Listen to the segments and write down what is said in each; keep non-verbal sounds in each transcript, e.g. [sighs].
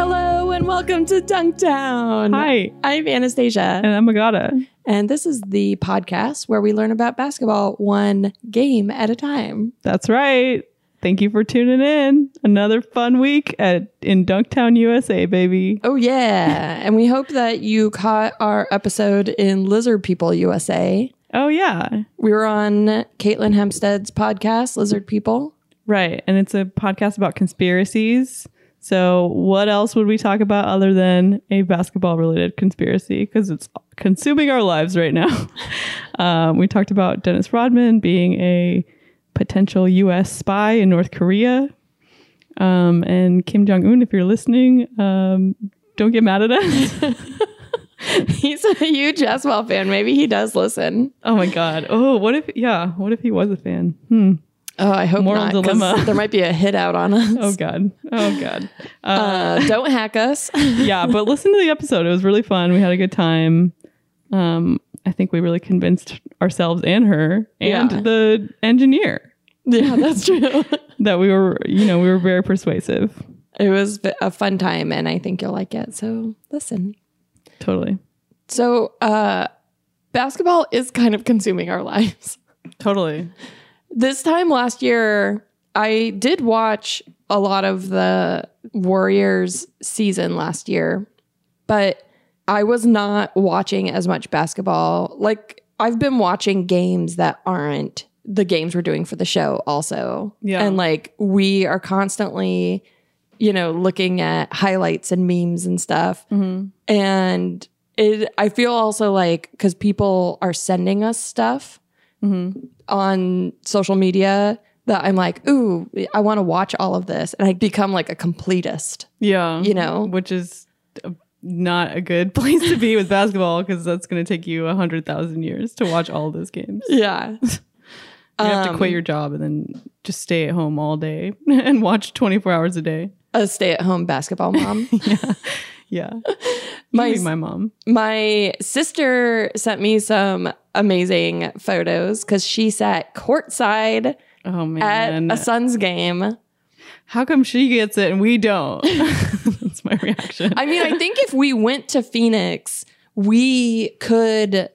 and welcome to Dunktown. [laughs] Hi, I'm Anastasia, and I'm Agata. and this is the podcast where we learn about basketball one game at a time. That's right. Thank you for tuning in. Another fun week at in Dunktown, USA, baby. Oh, yeah. and we hope that you caught our episode in Lizard People USA. Oh yeah, We were on Caitlin Hempstead's podcast, Lizard People. [laughs] right. And it's a podcast about conspiracies. So what else would we talk about other than a basketball related conspiracy? Because it's consuming our lives right now. [laughs] um, we talked about Dennis Rodman being a potential U.S. spy in North Korea. Um, and Kim Jong Un, if you're listening, um, don't get mad at us. [laughs] He's a huge Aswell fan. Maybe he does listen. Oh my god. Oh, what if yeah, what if he was a fan? Hmm. Oh, I hope Moral not. 'cause dilemma. There might be a hit out on us. [laughs] Oh god. Oh god. Uh, Uh, don't hack us. yeah, but listen to the episode. It was really fun. We had a good time. Um I think we really convinced ourselves and her and Yeah. the engineer yeah, that's [laughs] true. that we were, you know, we were very persuasive. It was a fun time, and I think you'll like it. So listen. Totally. So uh, basketball is kind of consuming our [laughs] lives. Totally. This time last year, I did watch a lot of the Warriors season last year, but I was not watching as much basketball. Like I've been watching games that aren't the games we're doing for the show also. Yeah. And like we are constantly, you know, looking at highlights and memes and stuff Mm-hmm. and it i feel also like because people are sending us stuff Mm-hmm. on social media that i'm like ooh i want to watch all of this and i become like a completist Yeah. you know Which is uh, not a good [laughs] place to be with basketball because that's going to take you a 100,000 years to watch all those games. yeah You have to Um, quit your job and then just stay at home all day [laughs] and watch 24 hours a day. [laughs] a stay-at-home basketball [laughs] mom Yeah. [laughs] My My, s- my mom. my sister sent me some amazing photos because she sat courtside Oh, at man. a Suns game. How come she gets it and we [laughs] don't? That's my reaction. I mean, I think if we went to Phoenix, we could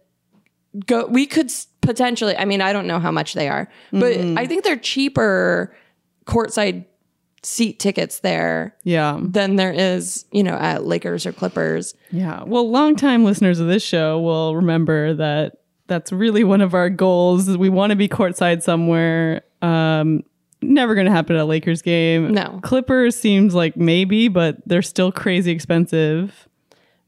go, we could s- potentially, I mean, I don't know how much they are, but Mhm. I think they're cheaper courtside seat tickets there yeah. than there is, you know, at Lakers or Clippers. Yeah. Well, longtime listeners of this show will remember that that's really one of our goals. is We want to be courtside somewhere. Um, never going to happen at a Lakers game. No. Clippers seems like maybe, but they're still crazy expensive.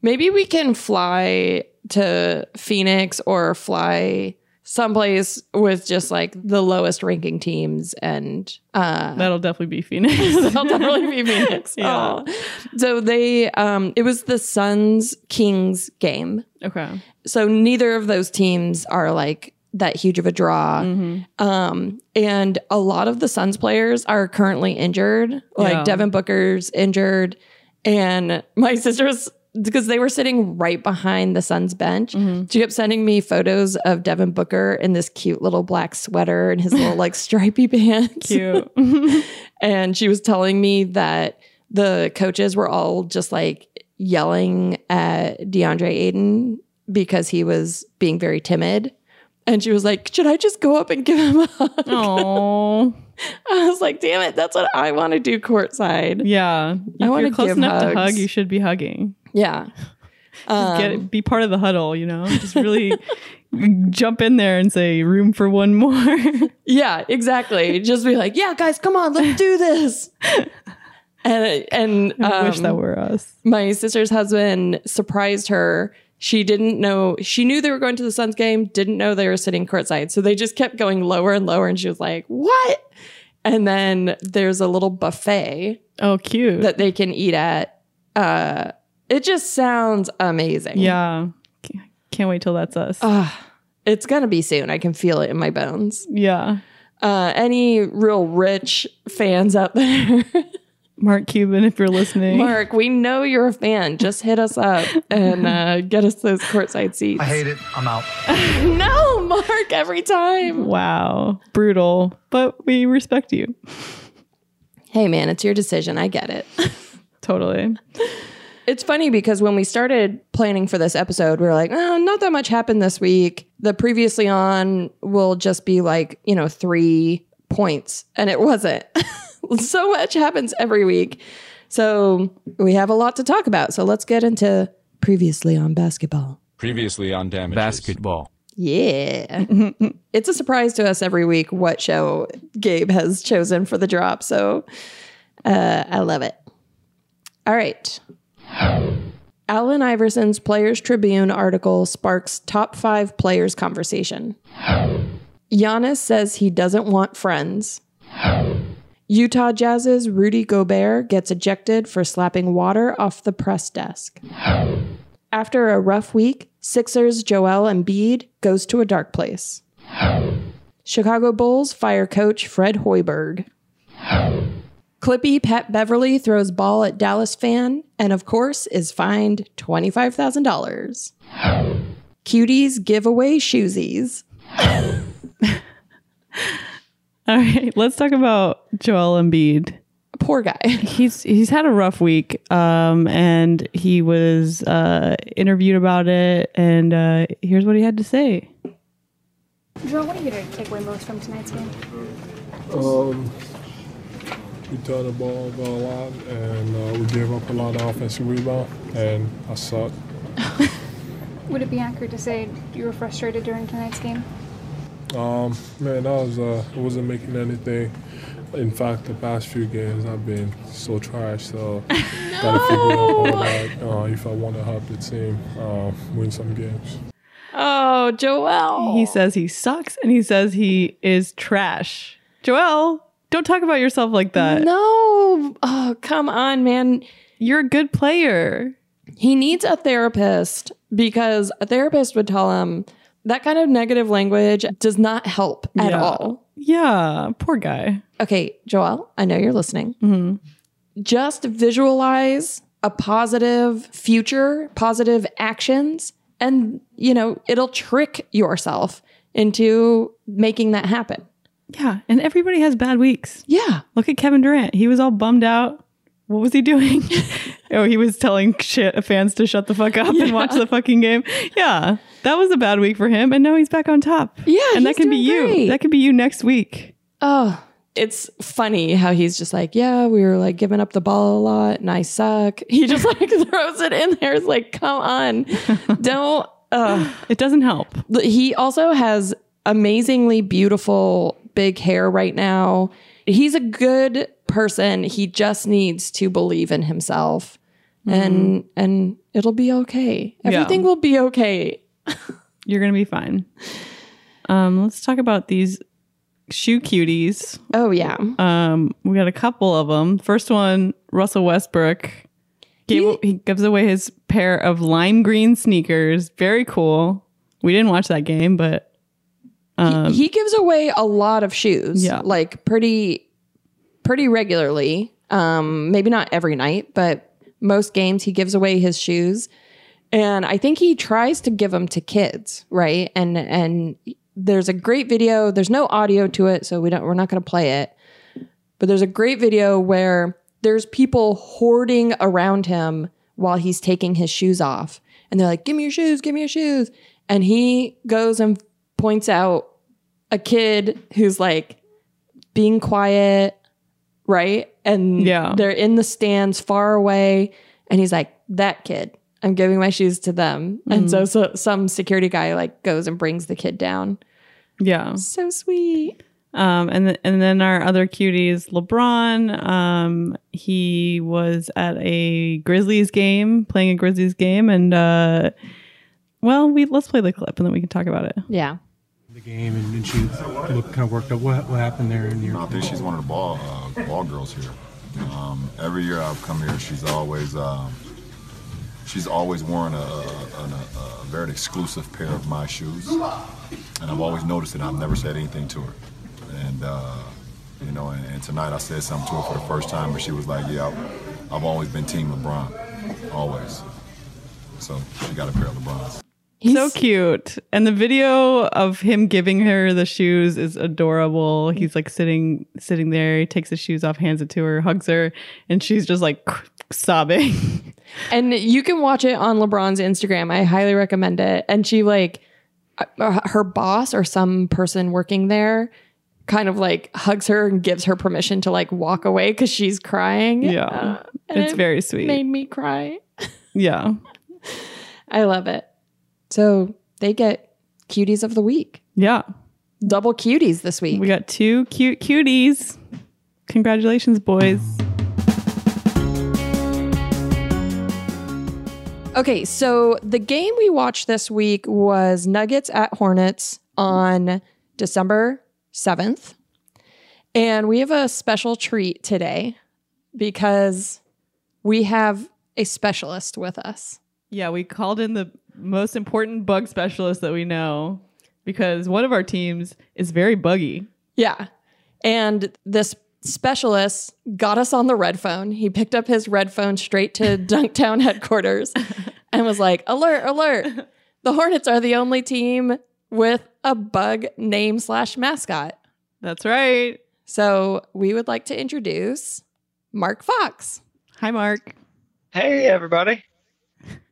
Maybe we can fly to Phoenix or fly someplace with just like the lowest ranking teams and uh That'll definitely [laughs] be Phoenix. I'll definitely be Phoenix. [laughs] Yeah. Oh. So they um it was the Suns Kings game. Okay. So neither of those teams are like that huge of a draw. Mm. [laughs] Mm-hmm. Um and a lot of the Suns players are currently injured. Like Yeah. Devin Booker's injured and my [laughs] sister's because they were sitting right behind the Suns bench. Mm-hmm. She kept sending me photos of Devin Booker in this cute little black sweater and his little like [laughs] stripy pants. Cute. [laughs] And she was telling me that the coaches were all just like yelling at DeAndre Aiden because he was being very timid. And she was like, Should I just go up and give him a hug? [laughs] Oh. I was like, Damn it, that's what I want to do courtside. Yeah. I If wanna you're close give enough to hug, hugs. you should be hugging. Yeah. Um, Get it, be part of the huddle, you know? Just really [laughs] jump in there and say room for one more. [laughs] Yeah, exactly. just be like, Yeah, guys, come on, let's do [laughs] this. and and I wish um, that were us. my sister's husband surprised her. She didn't know. She knew they were going to the Suns game, didn't know they were sitting courtside. So they just kept going lower and lower. And she was like, what? And then there's a little buffet Oh, cute. that they can eat at. Uh, it just sounds amazing. yeah. Mm-hmm. Can't- Can't wait till that's us. Ah, it's going to be soon. I can feel it in my bones. yeah. Uh, any real rich fans out there, [laughs] Mark Cuban, if you're listening. Mark, we know you're a fan. Just hit us up and uh, get us those courtside seats. I hate it. I'm out. [laughs] No, Mark, every time. Wow. Brutal. But we respect you. Hey, man, it's your decision. I get it. Totally. [laughs] It's funny because when we started planning for this episode, we were like, oh, not that much happened this week. The previously on will just be like, you know, three points. And it wasn't. [laughs] so much happens every week. So we have a lot to talk about. So let's get into previously on basketball. Previously on Damages. Basketball. Yeah. [laughs] it's a surprise to us every week what show Gabe has chosen for the drop. So uh, I love it. All right. Allen Iverson's Players Tribune article sparks top five players conversation. Giannis says he doesn't want friends. Utah Jazz's Rudy Gobert gets ejected for slapping water off the press desk. After a rough week, Sixers Joel Embiid goes to a dark place. Chicago Bulls fire coach Fred Hoiberg. Clippy Pat Beverly throws ball at Dallas fan and, of course, is fined $25,000. Cuties give away shoesies. All right, let's talk about Joel Embiid. Poor guy. He's he's had a rough week, um, and he was uh, interviewed about it. And uh, here's what he had to say. Joel, what are you going to take away most from tonight's game? Um, we turned the ball over a lot, and uh, we gave up a lot of offensive rebound, and I sucked. Would it be accurate to say you were frustrated during tonight's game? Um, man, I was uh, I wasn't making anything. In fact, the past few games I've been so trash. So gotta figure it out how to, uh, if I want to help the team uh, win some games. Oh, Joel. He says he sucks, and he says he is trash. Joel, don't talk about yourself like that. No. Oh, come on, man. You're a good player. He needs a therapist because a therapist would tell him that kind of negative language does not help at Yeah. all. Yeah, poor guy. Okay, Joel, I know you're listening. Just visualize a positive future, positive actions, and you know, it'll trick yourself into making that happen. Yeah, and everybody has bad weeks. Yeah. Look at Kevin Durant. He was all bummed out. What was he doing? [laughs] oh, he was telling shit fans to shut the fuck up and watch the fucking game. Yeah, that was a bad week for him, and now he's back on top. Yeah, and he's that can be doing you. great. That could be you next week. Oh, it's funny how he's just like, yeah, we were like giving up the ball a lot and I suck. [laughs] He just like throws it in there. It's like, come [laughs] on. Don't. Uh. It doesn't help. He also has amazingly beautiful big hair right now. He's a good person. He just needs to believe in himself. Mm-hmm. And and it'll be okay. Yeah. Everything will be okay. You're gonna be fine. Um, let's talk about these shoe cuties. Oh yeah. Um, we got a couple of them. First one, Russell Westbrook. Gave, he gives away his pair of lime green sneakers. Very cool. We didn't watch that game, but um, he gives away a lot of shoes Yeah. like pretty pretty regularly um maybe not every night but most games he gives away his shoes and i think he tries to give them to kids right and and there's a great video there's no audio to it so we don't we're not going to play it but there's a great video where there's people hoarding around him while he's taking his shoes off. And they're like, give me your shoes, give me your shoes. And he goes and points out a kid who's like being quiet, right? And Yeah. they're in the stands far away. And he's like, that kid, I'm giving my shoes to them. And so, so some security guy like goes and brings the kid down. yeah. So sweet. Um, and th- and then our other cuties, LeBron. Um, he was at a Grizzlies game, playing a Grizzlies game, and uh, well, we let's play the clip and then we can talk about it. Yeah. the game and, and she looked kind of worked up. What, what happened there in your? I think she's one of the ball uh, ball girls here. Um, every year I've come here, she's always um, she's always worn a, a, an- a, a very exclusive pair of my shoes, and I've always noticed it. I've never said anything to her, and uh, you know, and, and tonight I said something to her for the first time, and she was like, "Yeah, I've, I've always been Team LeBron, always." So she got a pair of LeBrons. so cute. And the video of him giving her the shoes is adorable. He's like sitting sitting there, he takes his shoes off, hands it to her, hugs her, and she's just like [laughs] sobbing. And you can watch it on LeBron's Instagram. I highly recommend it. And she like uh, her boss or some person working there kind of like hugs her and gives her permission to like walk away cuz she's crying. Yeah. Uh, and it's it very sweet. made me cry. yeah. I love it. So, they get cuties of the week. Yeah. Double cuties this week. We got two cute cuties. Congratulations, boys. Okay, so the game we watched this week was Nuggets at Hornets on December 7th. And we have a special treat today because we have a specialist with us. Yeah, we called in the most important bug specialist that we know because one of our teams is very buggy. Yeah. And this specialist got us on the red phone. He picked up his red phone straight to Dunktown headquarters and was like, alert, alert. The Hornets are the only team with a bug name slash mascot. That's right. So we would like to introduce Mark Fox. Hi, Mark. Hey everybody.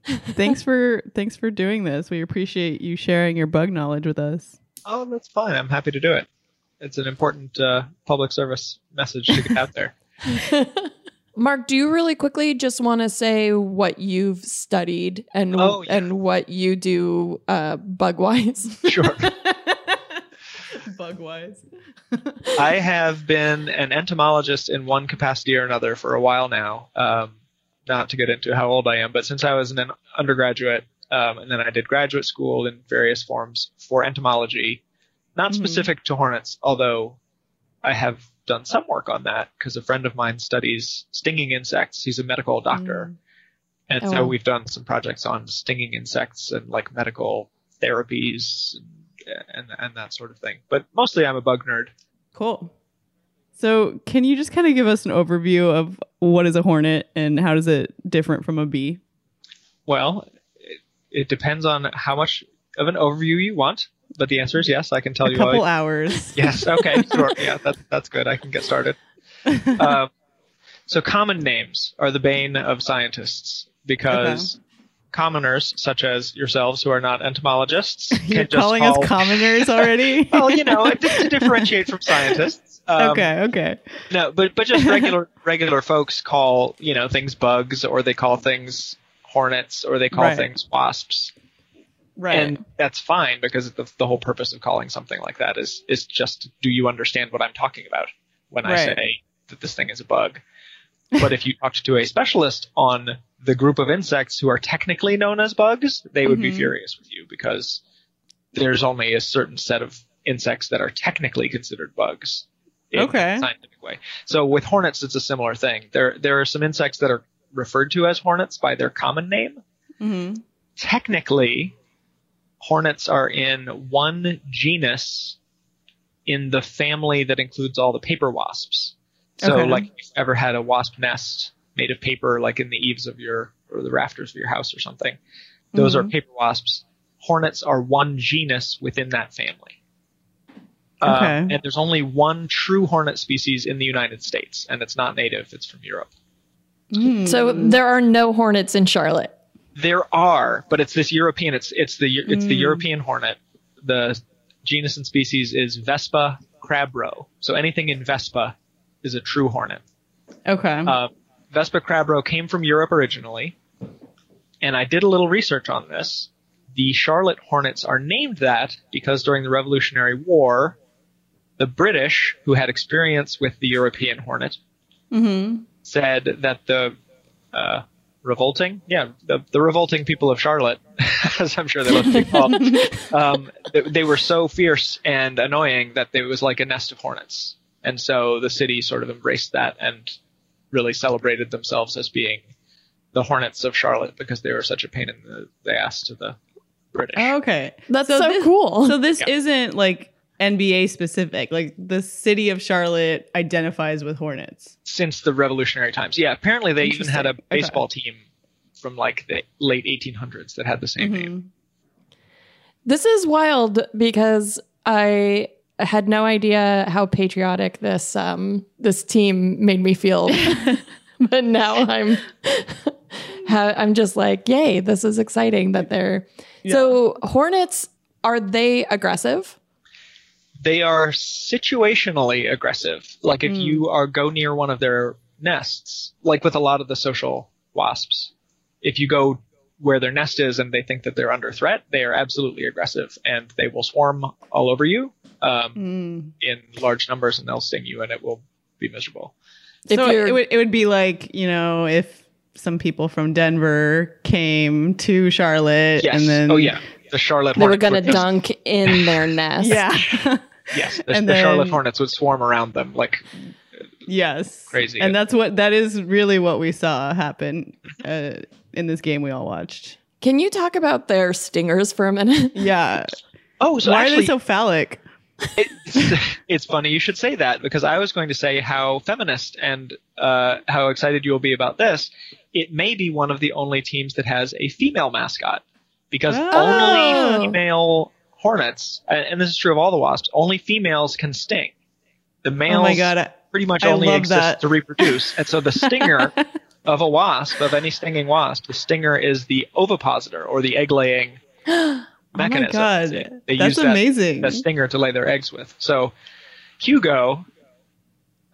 [laughs] thanks for thanks for doing this. We appreciate you sharing your bug knowledge with us. Oh, that's fine. I'm happy to do it. It's an important uh, public service message to get out there. Mark, do you really quickly just want to say what you've studied and Oh, yeah. and what you do uh, bug wise? Sure. bug wise. [laughs] I have been an entomologist in one capacity or another for a while now. Um, not to get into how old I am, but since I was an en- undergraduate um, and then I did graduate school in various forms for entomology, not Mhm. Mm-hmm. specific to hornets, although I have done some work on that because a friend of mine studies stinging insects. He's a medical doctor. And Oh, so wow. we've done some projects on stinging insects and like medical therapies and, and, and that sort of thing. But mostly I'm a bug nerd. Cool. So, can you just kind of give us an overview of what is a hornet and how does it different from a bee? Well, it, it depends on how much of an overview you want, but the answer is yes. I can tell a you. all- couple hours. [laughs] [laughs] yes. Okay. sure. Yeah. That, that's good. I can get started. Um, so common names are the bane of scientists because commoners such as yourselves who are not [laughs] entomologists You're can just calling call- us [laughs] commoners already. well, you know, to, [laughs] to differentiate from scientists. Um, okay. Okay. No, but but [laughs] just regular regular folks call you know things bugs, or they call things hornets, or they call Right. things wasps, Right. and that's fine because the, the whole purpose of calling something like that is is just do you understand what I'm talking about when I Right. say that this thing is a bug. But if you talked to a specialist on the group of insects who are technically known as bugs, they would be Mhm. furious with you because there's only a certain set of insects that are technically considered bugs in Okay. a scientific way. So with hornets, it's a similar thing. There, there are some insects that are referred to as hornets by their common name. hmm Technically, hornets are in one genus in the family that includes all the paper wasps. So, Okay. like, if you've ever had a wasp nest made of paper, like in the eaves of your or the rafters of your house or something, those Mm-hmm. are paper wasps. Hornets are one genus within that family. Um, Okay. and there's only one true hornet species in the United States, and it's not native, it's from Europe. [laughs] So there are no hornets in Charlotte. There are, but it's this European, it's, it's, the, it's the Mm. European hornet. The genus and species is Vespa crabro. So anything in Vespa is a true hornet. Okay. Uh, Vespa crabro came from Europe originally, and I did a little research on this. The Charlotte Hornets are named that because during the Revolutionary War, the British, who had experience with the European hornet, hmm said that the uh, revolting, yeah, the, the revolting people of Charlotte, [laughs] as I'm sure they must be called, um, they, they were so fierce and annoying that it was like a nest of hornets. And so the city sort of embraced that and really celebrated themselves as being the hornets of Charlotte because they were such a pain in the, the ass to the British. Okay. That's so, So this- cool. [laughs] So this Yeah. isn't like NBA specific. Like the city of Charlotte identifies with hornets. since the revolutionary times. Yeah, apparently they even had a Interesting. Okay. baseball team from like the late 1800s that had the same name. Mhm. This is wild because I had no idea how patriotic this [laughs] [laughs] um this team made me feel. but now I'm [laughs] ha- I'm just like, yay, this is exciting that they're. So hornets are they aggressive? they are situationally aggressive. Like Mm. if you are go near one of their nests, like with a lot of the social wasps, if you go where their nest is and they think that they're under threat, they are absolutely aggressive and they will swarm all over you um, Mm. in large numbers and they'll sting you and it will be miserable. If so you're- it would, it would be like, you know, if some people from Denver came to Charlotte Yes. and then. oh yeah. The Charlotte they were Hornets. gonna would just- dunk in their nest. [laughs] Yeah. [laughs] Yes. The, and the Charlotte then- Hornets would swarm around them like yes. Crazy. And that's what, that is really what we saw happen uh, in this game we all watched. Can you talk about their stingers for a minute? Yeah. Oh, so Why are actually, they so phallic? it's, [laughs] it's funny you should say that because I was going to say how feminist and uh, how excited you'll be about this. It may be one of the only teams that has a female mascot because Oh. only female hornets, and, and this is true of all the wasps, only females can sting. The males Oh my God. I- pretty much I only love exists that. to reproduce. And so the [laughs] stinger of a wasp, of any stinging wasp, the stinger is the ovipositor or the [gasps] egg laying mechanism. Oh God. They- they That's use that- amazing. That, stinger to lay their eggs with. So Hugo.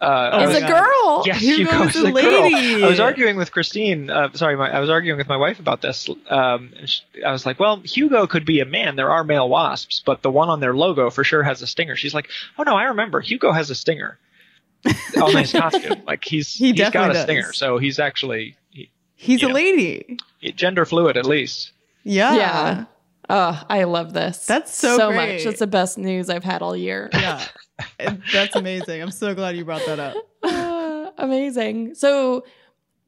Uh, [laughs] Oh I it's was- a my girl. Yes, Hugo Hugo, is is a a girl. lady. I was arguing with Christine. Uh, sorry, my, I was arguing with my wife about this. Um, and sh I was like, "Well, Hugo could be a man. There are male wasps, but the one on their logo for sure has a stinger." She's like, "Oh no, I remember. Hugo has a stinger [laughs] on his costume. Like he's He he has got definitely a does. stinger. So he's actually he, He's a Yeah. lady. he- gender fluid at least." Yeah. Yeah. Oh, I love this. That's so great. much. It's the best news I've had all year. Yeah. that's amazing. I'm so glad you brought that [laughs] up. Ah, [laughs] amazing. So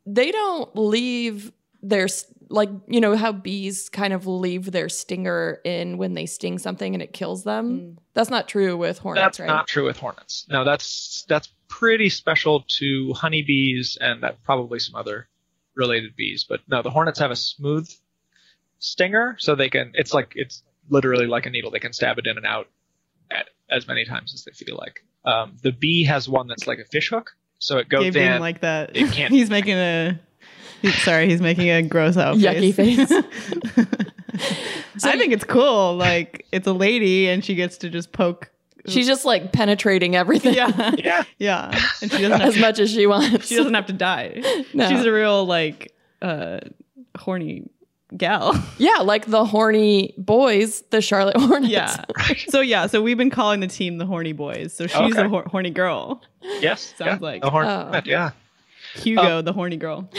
they don't leave their s- like you know how bees kind of leave their stinger in when they sting something and it kills them. Mm. That's not true with hornets, That's right? not true with hornets. No, that's that's pretty special to honeybees and that probably some other related bees. But no, the hornets have a smooth stinger, so they can. It's like it's literally like a needle. They can stab it in and out at, as many times as they feel like. Um, the bee has one that's like a fish hook, so it goes Gabe in. didn't like that. it [laughs] can't- He's making a. he- Sorry, he's making a gross out Yucky face. [laughs] I think it's cool. Like it's a lady, and she gets to just poke. She's just like penetrating everything Yeah, yeah, [laughs] yeah. And she doesn't [laughs] have as to, much as she wants. she doesn't have to die. No. She's a real like uh horny [laughs] gal. yeah, like the horny boys, the Charlotte [laughs] Hornets. yeah. So yeah. So we've been calling the team the horny boys. So she's Okay. a hor- horny girl. yes, Sounds yeah, like- the horn. Oh. Yeah. Hugo, Um, the horny girl.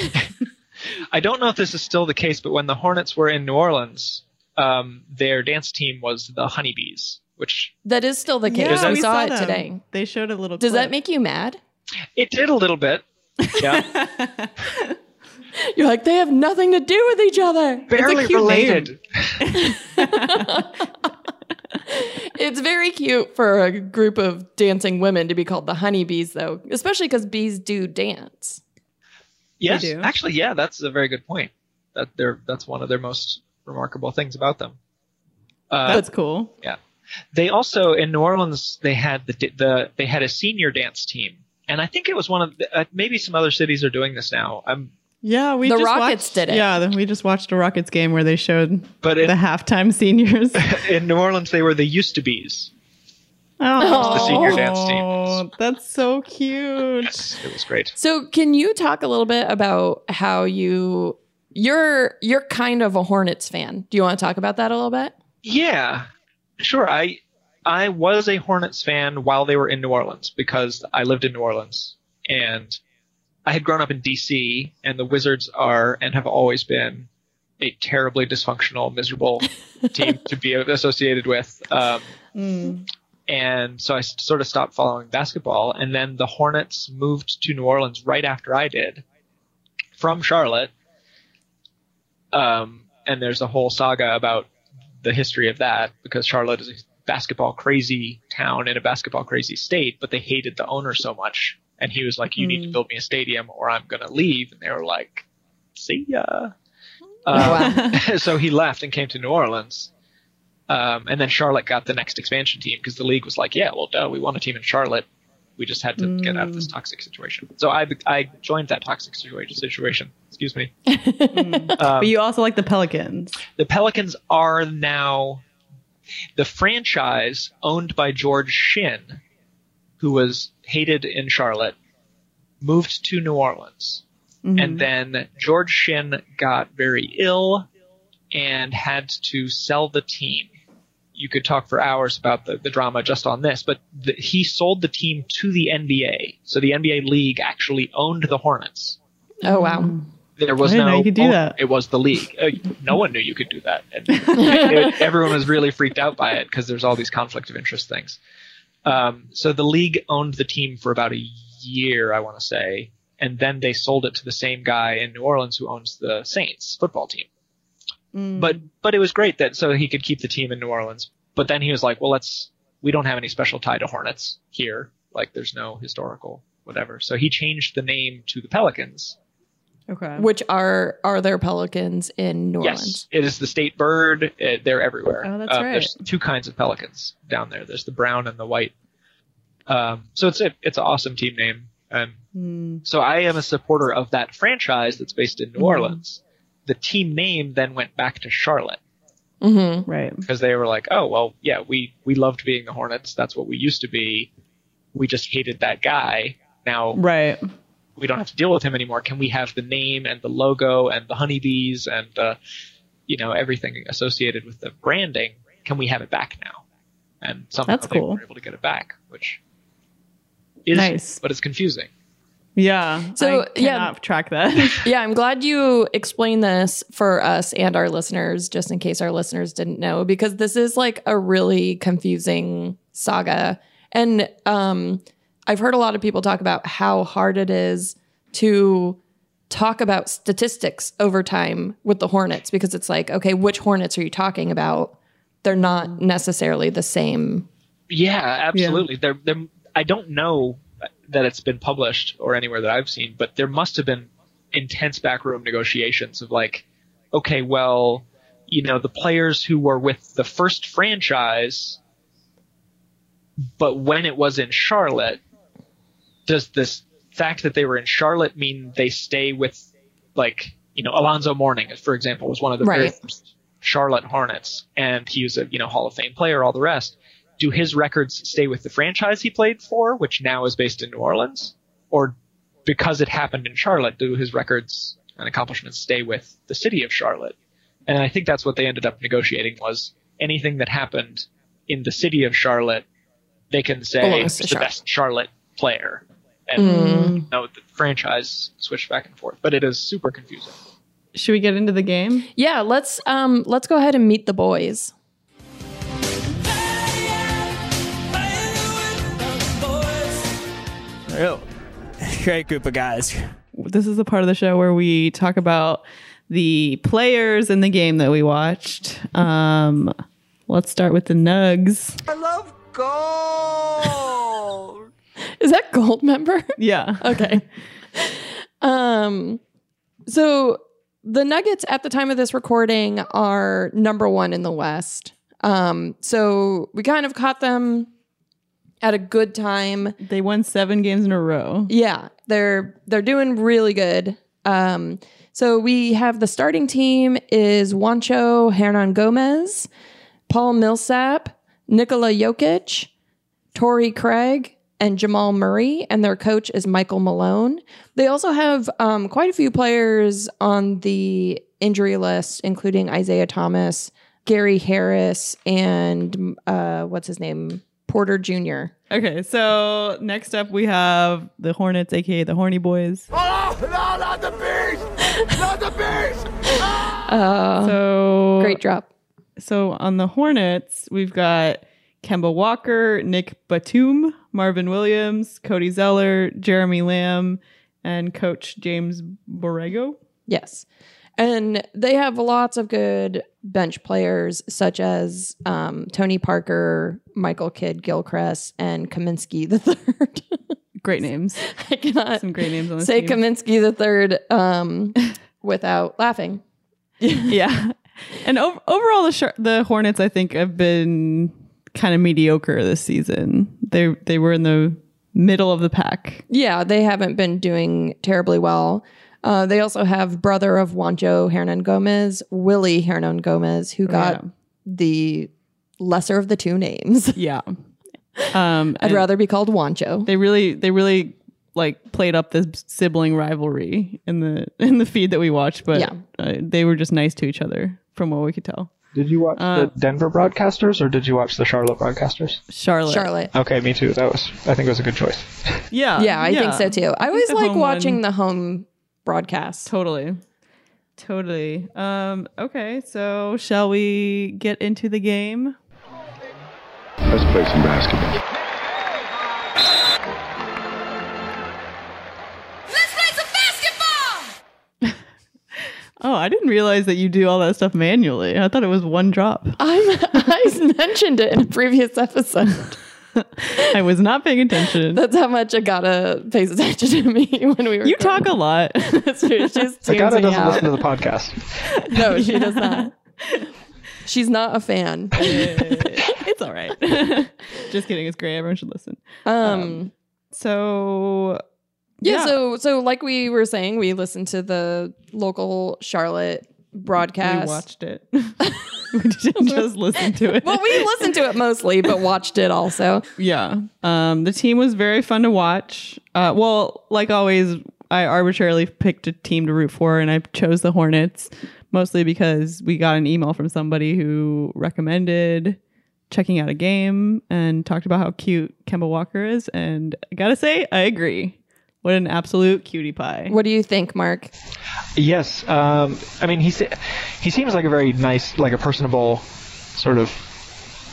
I don't know if this is still the case, but when the Hornets were in New Orleans, um, their dance team was the Honeybees, which That is still the case. Yeah, we, we saw, saw it them. today. They showed a little. Does clip. that make you mad? it did a little bit. [laughs] Yeah, You're like, they have nothing to do with each other. barely cute related. It's very cute for a group of dancing women to be called the honeybees, though, especially because bees do dance. Yes, do. actually, yeah, that's a very good point. That they're that's one of their most remarkable things about them. Uh, That's cool. yeah, they also in New Orleans they had the the they had a senior dance team, and I think it was one of the, uh, maybe some other cities are doing this now. I'm Yeah, we The just Rockets watched, did it. Yeah, then we just watched a Rockets game where they showed but the [laughs] in, halftime [laughs] seniors. oh, in New Orleans they were the used to bees. the senior dance team. Oh, that's so cute. Yes, it was great. So, can you talk a little bit about how you you're you're kind of a Hornets fan? Do you want to talk about that a little bit? Yeah, sure. I I was a Hornets fan while they were in New Orleans because I lived in New Orleans and I had grown up in D.C. and the Wizards are and have always been a terribly dysfunctional, miserable team to be associated with. Um, Mm. And so I s- sort of stopped following basketball, and then the Hornets moved to New Orleans right after I did from Charlotte. Um, and there's a whole saga about the history of that because Charlotte is a basketball crazy town in a basketball crazy state, but they hated the owner so much. And he was like, You need to build me a stadium or I'm going to leave. And they were like, See ya. Um, [laughs] so he left and came to New Orleans. Um, and then Charlotte got the next expansion team because the league was like, Yeah, well, duh, we want a team in Charlotte. We We just had to get out of this toxic situation. So I I joined that toxic situation. Situation. Excuse me. but you also like the Pelicans. The Pelicans are now the franchise owned by George Shin, who was hated in Charlotte, moved to New Orleans. And then George Shin got very ill and had to sell the team. You could talk for hours about the, the drama just on this, but the, he sold the team to the NBA. So the NBA league actually owned the Hornets Oh wow. there was I didn't no know you could do owner. that. It was the league. Uh, no one knew you could do that. And it- everyone was really freaked out by it because there's all these conflict of interest things. Um, so the league owned the team for about a year, I want to say, and then they sold it to the same guy in New Orleans who owns the Saints football team. But but it was great that so he could keep the team in New Orleans. But then he was like, well, let's we don't have any special tie to Hornets here. Like there's no historical whatever. So he changed the name to the Pelicans. Okay. Which are are there pelicans in New Yes, Orleans? it is the state bird. Uh, they're everywhere. Oh, that's Um, There's two kinds of pelicans down there. There's the brown and the white. Um, so it's a, it's an awesome team name. Um, Mm. So I am a supporter of that franchise that's based in New Orleans. The team name then went back to Charlotte Mm-hmm. Right. because they were like, oh well, yeah, we we loved being the Hornets. That's what we used to be. We just hated that guy. Now Right. we don't have to deal with him anymore. Can we have the name and the logo and the honeybees and the, you know, everything associated with the branding? Can we have it back now? And somehow That's they cool. were able to get it back, which is Nice. but it's confusing. Yeah. So, I yeah. cannot track that. [laughs] Yeah, I'm glad you explained this for us and our listeners, just in case our listeners didn't know, because this is like a really confusing saga. And um, I've heard a lot of people talk about how hard it is to talk about statistics over time with the Hornets because it's like, okay, which Hornets are you talking about? They're not necessarily the same. Yeah, absolutely. There, there. I don't know that it's been published or anywhere that I've seen, but there must have been intense backroom negotiations of like, okay, well, you know, the players who were with the first franchise, but when it was in Charlotte, does this fact that they were in Charlotte mean they stay with, like, you know, Alonzo Mourning, for example, was one of the very Right. first Charlotte Hornets, and he was a you know Hall of Fame player, all the rest do his records stay with the franchise he played for, which now is based in New Orleans, or because it happened in Charlotte, do his records and accomplishments stay with the city of Charlotte? And I think that's what they ended up negotiating was anything that happened in the city of Charlotte, they can say Belongs it's to the Charlotte." best Charlotte player. And no, the franchise switched back and forth, but it is super confusing. Should we get into the game? Yeah, let's um, let's go ahead and meet the boys. Real great group of guys. This is the part of the show where we talk about the players in the game that we watched. Um, let's start with the Nugs. Is that Gold member? [laughs] Yeah. [laughs] okay. Um, so the Nuggets at the time of this recording are number one in the West. Um, so we kind of caught them at a good time. They won seven games in a row. Yeah, they're they're doing really good. Um, so we have the starting team is Wancho Hernan Gomez, Paul Millsap, Nikola Jokic, Torrey Craig, and Jamal Murray, and their coach is Michael Malone. They also have um, quite a few players on the injury list, including Isaiah Thomas, Gary Harris, and uh, what's his name, Porter Jr. Okay, so next up we have the Hornets, aka the Horny Boys. Uh, So great drop. So on the Hornets, we've got Kemba Walker, Nick Batum, Marvin Williams, Cody Zeller, Jeremy Lamb, and Coach James Borrego. Yes. And they have lots of good bench players, such as um, Tony Parker, Michael Kidd Gilchrist, and Kaminsky the [laughs] third. Great names. I cannot Some great names on this say team. Kaminsky the third [laughs] um, without laughing. yeah. And ov- overall, the Shar the Hornets, I think, have been kind of mediocre this season. They they were in the middle of the pack. Yeah, they haven't been doing terribly well. Uh, they also have brother of Juancho Hernan Gomez, Willie Hernan Gomez, who got Oh, Yeah. the lesser of the two names. [laughs] Yeah. Um, I'd and rather be called Juancho. they really they really like played up this sibling rivalry in the [laughs] in the feed that we watched, but Yeah. uh, they were just nice to each other from what we could tell. Did you watch Uh, the Denver broadcasters or did you watch the Charlotte broadcasters? Charlotte. Charlotte. Okay, me too. That was I think it was a good choice. Yeah. Yeah, I think so too. I always the like home watching one- the home broadcast. Totally. Totally. Um, okay, so shall we get into the game? Let's play some basketball. Let's play some basketball! Oh, I didn't realize that you do all that stuff manually. I thought it was one drop. [laughs] I'm, I mentioned it in a previous episode. I was not paying attention. That's how much Agata pays attention to me [laughs] when we were. you talk a lot. [laughs] She's I tunes me doesn't out. listen to the podcast. No, she does not. [laughs] She's not a fan. it's all right. [laughs] Just kidding. It's great. Everyone should listen. Um, So, yeah, So so like we were saying, we listened to the local Charlotte broadcast. we watched it. [laughs] we didn't just listen to it. well, we listened to it mostly, but watched it also. [laughs] Yeah. Um, the team was very fun to watch. Uh, well, like always, I arbitrarily picked a team to root for, and I chose the Hornets mostly because we got an email from somebody who recommended checking out a game and talked about how cute Kemba Walker is. And I gotta say, I agree. What an absolute cutie pie. What do you think, Mark? Yes, um, I mean he se- he seems like a very nice, like a personable, sort of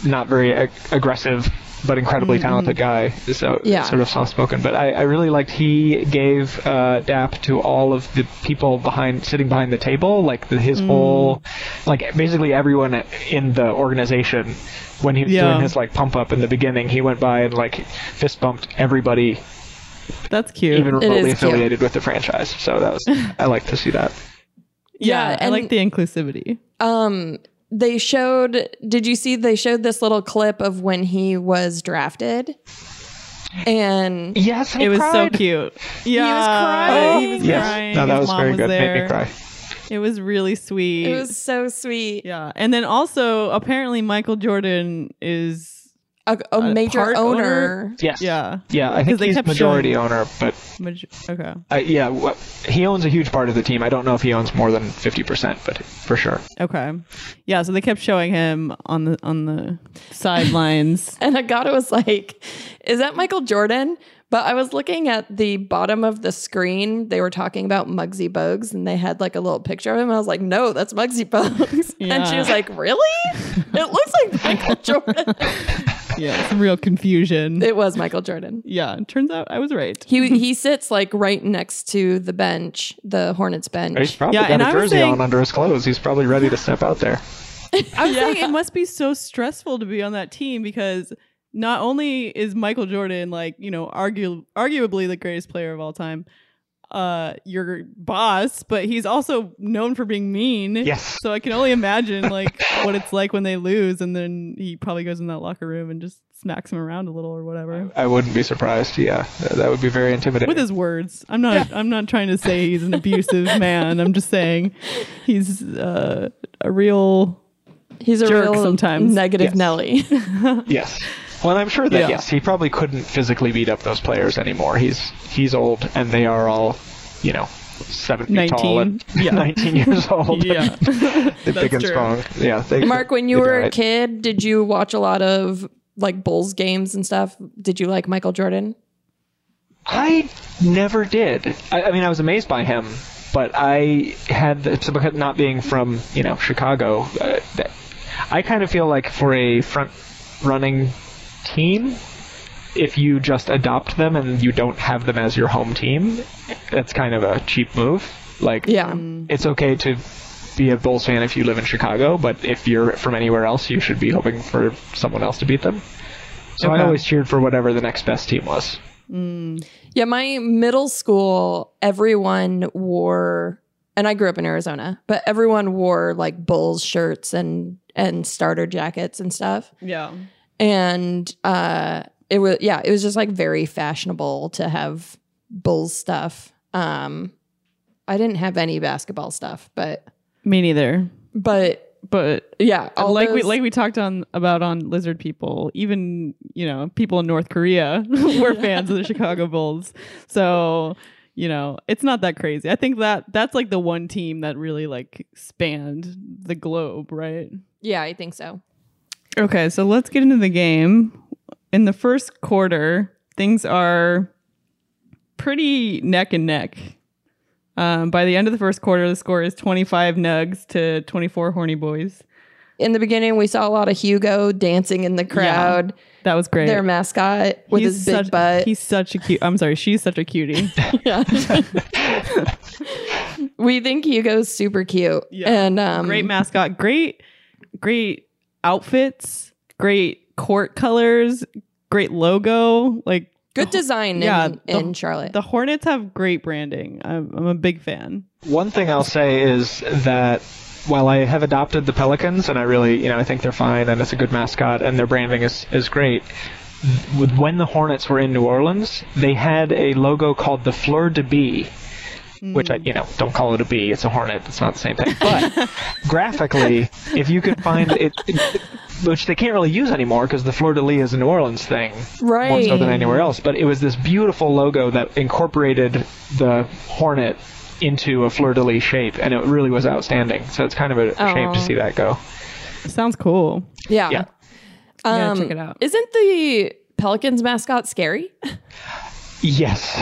not very ag- aggressive but incredibly talented guy. So Mm-hmm. Yeah. sort of soft spoken. But I, I really liked he gave uh, DAP to all of the people behind sitting behind the table, like the, Mm. his whole, like basically everyone in the organization. When he was Yeah. doing his like pump up in the beginning, he went by and like fist bumped everybody That's cute. even is remotely cute. affiliated with the franchise. So [laughs] that was I like to see that. yeah, Yeah, I like and- the inclusivity. Um, they showed. Did you see? They showed this little clip of when he was drafted, and Yes, I It was cried. so cute. Yeah, Oh, crying. He was Yes, crying. no, that His was mom very good. There. Made me cry. It was really sweet. it was so sweet. Yeah, and then also apparently Michael Jordan is A, a major part owner? owner. Yes. yeah Yeah, I 'Cause think they he's kept majority owner, but maj- okay. uh, yeah, wha- he owns a huge part of the team. I don't know if he owns more than fifty percent, but for sure. Okay, yeah. So they kept showing him on the on the sidelines. [laughs] And Agata was like, Is that Michael Jordan? But I was looking at the bottom of the screen. They were talking about Muggsy Bogues and they had like a little picture of him. I was like, No, that's Muggsy Bogues. [laughs] And she Yeah. was like, [laughs] Really? It looks like Michael Jordan. yeah, some real confusion. it was Michael Jordan. yeah, it turns out I was right. He he sits like right next to the bench, the Hornets He's bench. probably Yeah, and got I a was jersey saying- on under his clothes. He's probably ready to step out there. I was saying it must be so stressful to be on that team because not only is Michael Jordan like you know argu- arguably the greatest player of all time, uh, your boss, but he's also known for being mean. Yes. So I can only imagine [laughs] like what it's like when they lose, and then he probably goes in that locker room and just smacks him around a little or whatever I wouldn't be surprised. Yeah, Th- that would be very intimidating. with his words. I'm not. I'm not trying to say he's an [laughs] abusive man. I'm just saying he's uh, a real. He's a Jerk real sometimes. negative Yes. [laughs] Nelly. yes. Well, I'm sure that Yeah. yes, he probably couldn't physically beat up those players anymore. He's he's old, and they are all, you know, seven feet tall 19. and Yeah. [laughs] nineteen years [laughs] old. Yeah. They're big and true. strong. Yeah. They, Mark, when you they'd be were all a right. kid, did you watch a lot of like Bulls games and stuff? Did you like Michael Jordan? I never did. I, I mean, I was amazed by him, but I had the, so because not being from you know Chicago, uh, that, I kind of feel like for a front running team, if you just adopt them and you don't have them as your home team, that's kind of a cheap move. Like, Yeah. it's okay to be a Bulls fan if you live in Chicago, but if you're from anywhere else, you should be hoping for someone else to beat them. So I Okay. always cheered for whatever the next best team was. Yeah, my middle school, everyone wore, and I grew up in Arizona, but everyone wore like Bulls shirts and and starter jackets and stuff. Yeah. And uh, it was yeah, it was just like very fashionable to have Bulls stuff. Um I didn't have any basketball stuff, but Me neither. but But yeah, all like we those- like we talked on about on lizard people, even you know people in North Korea [laughs] were fans of the Chicago Bulls. So you know it's not that crazy. I think that that's like the one team that really like spanned the globe, right? yeah, I think so. Okay, so let's get into the game. In the first quarter, things are pretty neck and neck. Um, by the end of the first quarter, the score is 25 nugs to 24 horny boys. In the beginning, we saw a lot of Hugo dancing in the crowd. That was great. Their mascot with his big such, butt. He's such a cute. I'm sorry, she's such [laughs] a cutie. we think Hugo's super cute. Yeah. And um great mascot. Great, great outfits. Great court colors. Great logo. Like good design Yeah, in, the- in Charlotte. the Hornets have great branding. I'm, I'm a big fan. One thing I'll say is that while I have adopted the Pelicans and I really, you know, I think they're fine and it's a good mascot and their branding is, is great, with- when the Hornets were in New Orleans, they had a logo called the Fleur de Bee, which I, you know, don't call it a bee, it's a hornet, it's not the same thing. But graphically, if you could find it, it- which they can't really use anymore because the Fleur de Lis is a New Orleans thing more so than Right. anywhere else. But it was this beautiful logo that incorporated the hornet into a fleur de lis shape, and it really was outstanding. So it's kind of a shame to Aw. see that go. Sounds cool. yeah. Yeah. gotta Um, check it out. Isn't the Pelicans mascot scary? [laughs] Yes,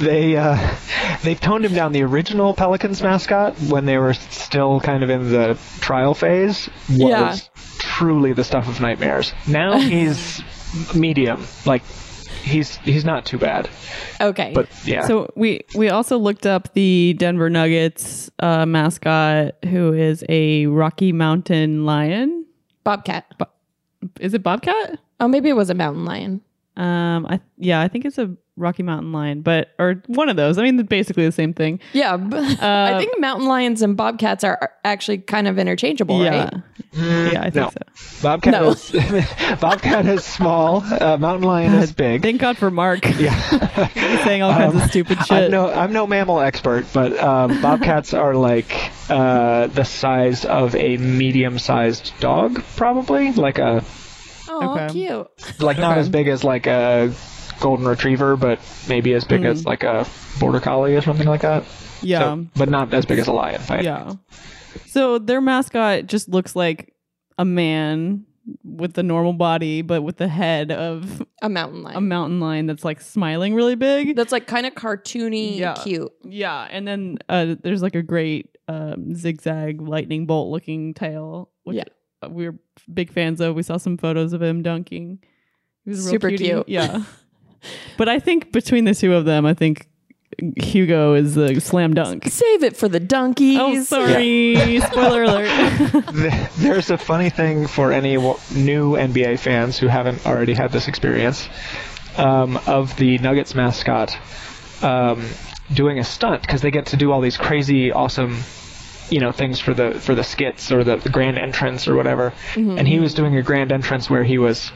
[laughs] they uh, they've toned him down. The original Pelicans mascot, when they were still kind of in the trial phase, was Yeah. truly the stuff of nightmares. [laughs] Now he's medium, like he's he's not too bad, Okay. but yeah. So we we also looked up the Denver Nuggets uh, mascot, who is a Rocky Mountain lion. Bobcat. Is it Bobcat? Oh, maybe it was a mountain lion. Um, I yeah, I think it's a Rocky Mountain lion, but or one of those. I mean, basically the same thing. Yeah. b- Uh, I think mountain lions and bobcats are are actually kind of interchangeable, yeah, right? yeah, I think no. so. Bobcat No. is [laughs] Bobcat is small. Uh, mountain lion is big. Thank God for [laughs] Mark. [laughs] Yeah, saying all kinds of stupid I'm shit. no, I'm no mammal expert, but um, bobcats are like uh, the size of a medium-sized dog, probably like a Oh, Okay. cute. like not as big as like a golden retriever, but maybe as big as like a border collie or something like that. yeah, So- but not as big as a lion. Right? yeah. So their mascot just looks like a man with the normal body, but with the head of A mountain lion. a mountain lion that's like smiling really big. That's like kind of cartoony Yeah. cute. yeah, and then uh, there's like a great um, zigzag lightning bolt looking tail, which uh, we were big fans of. We saw some photos of him dunking. He was a real Super cutie. cute. [laughs] Yeah. but I think between the two of them, I think Hugo is the slam dunk. Save it for the donkeys. [laughs] Oh, sorry. Spoiler alert. Th- There's a funny thing for any w- new NBA fans who haven't already had this experience um, of the Nuggets mascot um, doing a stunt because they get to do all these crazy, awesome, you know, things for the for the skits or the, the grand entrance or whatever. Mm-hmm. And he was doing a grand entrance where he was.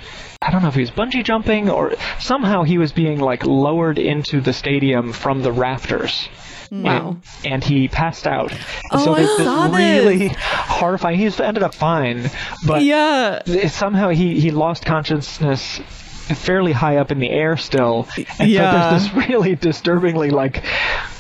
I don't know if he was bungee jumping or somehow he was being like lowered into the stadium from the rafters. Wow. And, and he passed out. And Oh, so I there's this saw this. really horrifying. He ended up fine, but [laughs] yeah. th- somehow he, he lost consciousness fairly high up in the air still. And Yeah. so there's this [laughs] really disturbingly like,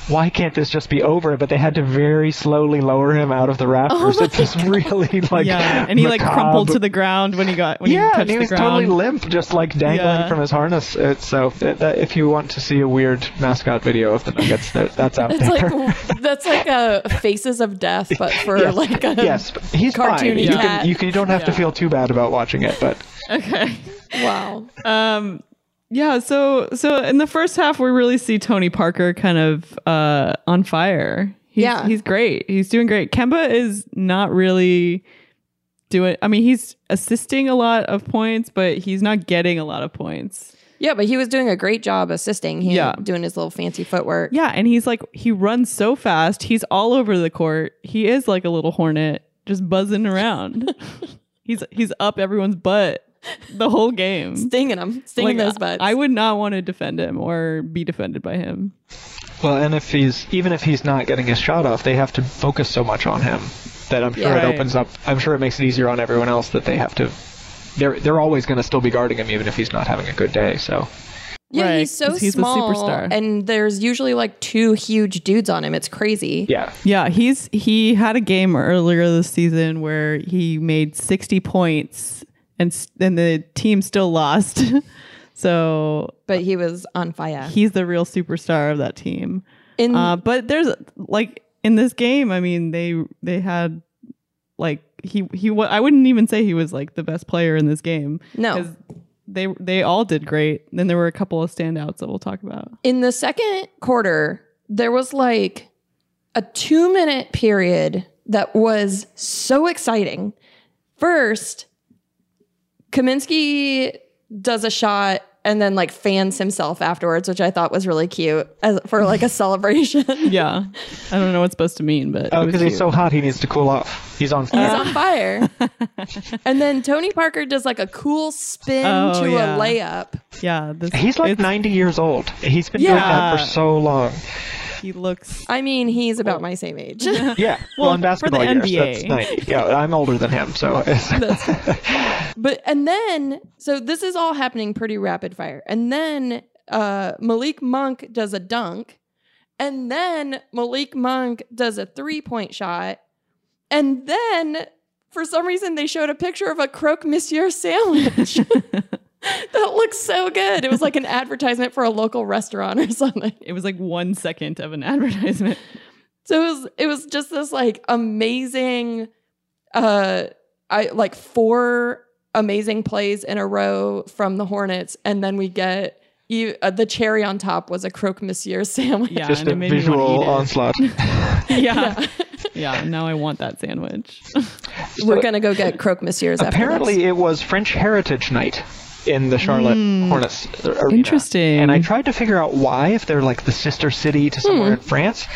why can't this just be over? But they had to very slowly lower him out of the rafters. it's this really like Oh yeah. And he like macabre- crumpled to the ground when he got when yeah, he touched and he the was ground. totally limp, just like dangling Yeah. from his harness. It, so, that, that- if you want to see a weird mascot video of the Nuggets, that, that's out It's [laughs] there. like that's like a faces of death, but for yes, like a yes, but he's fine. cartoony You, cat. can, you, can, you don't have to feel too bad about watching it, but okay. wow. um yeah so so in the first half we really see tony parker kind of uh on fire he's, Yeah. he's great he's doing great kemba is not really doing i mean he's assisting a lot of points but he's not getting a lot of points Yeah, but he was doing a great job assisting. He Yeah. doing his little fancy footwork. yeah and he's like he runs so fast he's all over the court he [laughs] is like a little hornet just buzzing around he's he's up everyone's butt the whole game. Stinging him, stinging Like, those butts. I would not want to defend him or be defended by him. Well, and if he's even if he's not getting his shot off, they have to focus so much on him that I'm sure Yeah. it Right. opens up. I'm sure it makes it easier on everyone else that they have to. They're they're always going to still be guarding him even if he's not having a good day. So yeah, Right, he's so 'cause he's a small, superstar. and there's usually like two huge dudes on him. It's crazy. yeah, Yeah, he's he had a game earlier this season where he made 60 points and s- and the team still lost. [laughs] so, but he was on fire. he's the real superstar of that team. In Uh, but there's like in this game, I mean, they they had like he he wa- I wouldn't even say he was like the best player in this game. No. 'Cause They they all did great. Then there were a couple of standouts that we'll talk about. in the second quarter, there was like a two minute period that was so exciting. First, Kaminsky does a shot and then like fans himself afterwards, which I thought was really cute as, for like a [laughs] celebration. He's Yeah. I don't know what's supposed to mean, but it oh, was because he's cute. so hot, he needs to cool off. He's on fire. on [laughs] fire. and then Tony Parker does like a cool spin Oh, to yeah. a layup. yeah, this, He's like it's- 90 years old. He's been doing that for Yeah. so long. he looks I mean, he's about my same [laughs] age. Yeah. Well, Well, in for the basketball years, NBA. that's 90. Yeah, I'm older than him, [laughs] so it's, But and then so this is all happening pretty rapid fire. And then uh Malik Monk does a dunk. And then Malik Monk does a three-point shot. And then for some reason they showed a picture of a croque monsieur sandwich. [laughs] that looks so good. It was like an advertisement for a local restaurant or something. it was like one second of an [laughs] advertisement. So it was it was just this like amazing uh I like four amazing plays in a row from the Hornets and then we get you, uh, the cherry on top was a croque monsieur [laughs] sandwich. Yeah, [laughs] just and a it made me wanna visual eat it. [laughs] onslaught. Yeah. [laughs] yeah, now I want that [laughs] sandwich. We're going to go get croque monsieur's after Apparently, it was French Heritage Night in the Charlotte Hornets arena. Hmm. Interesting. Hmm. And I tried to figure out why, if they're like the sister city to somewhere in France.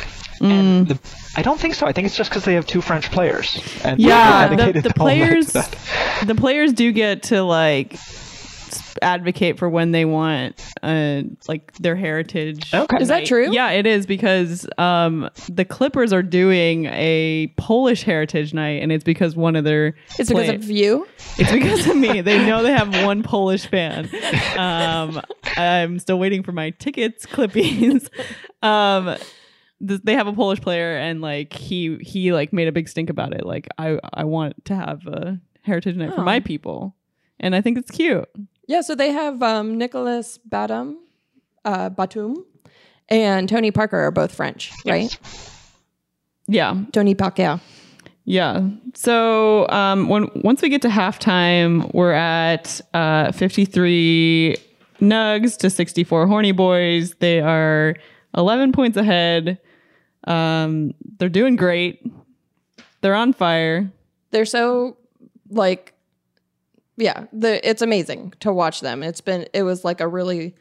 And the, I don't think so. I think it's just because they have two French players. And they yeah the, dedicated the the whole night to players that. the players do get to like s- advocate for when they want uh like their heritage Okay. this. Is that true? yeah it is because um the clippers are doing a polish heritage night and it's because one of their It's because play- of you. it's because of me they know they have one polish fan um i'm still waiting for my tickets clippies um th- they have a Polish player, and like he he like made a big stink about it. Like I I want to have a heritage night for Oh. my people, and I think it's cute. Yeah, so they have um Nicholas Batum, uh Batum and Tony Parker are both French, right? Yeah, Tony Parker. yeah. So um, when once we get to halftime, we're at uh, fifty three Nugs to sixty four Horny Boys. They are eleven points ahead. Um, they're doing great. They're on fire. they're so like yeah the it's amazing to watch them it's been it was like a really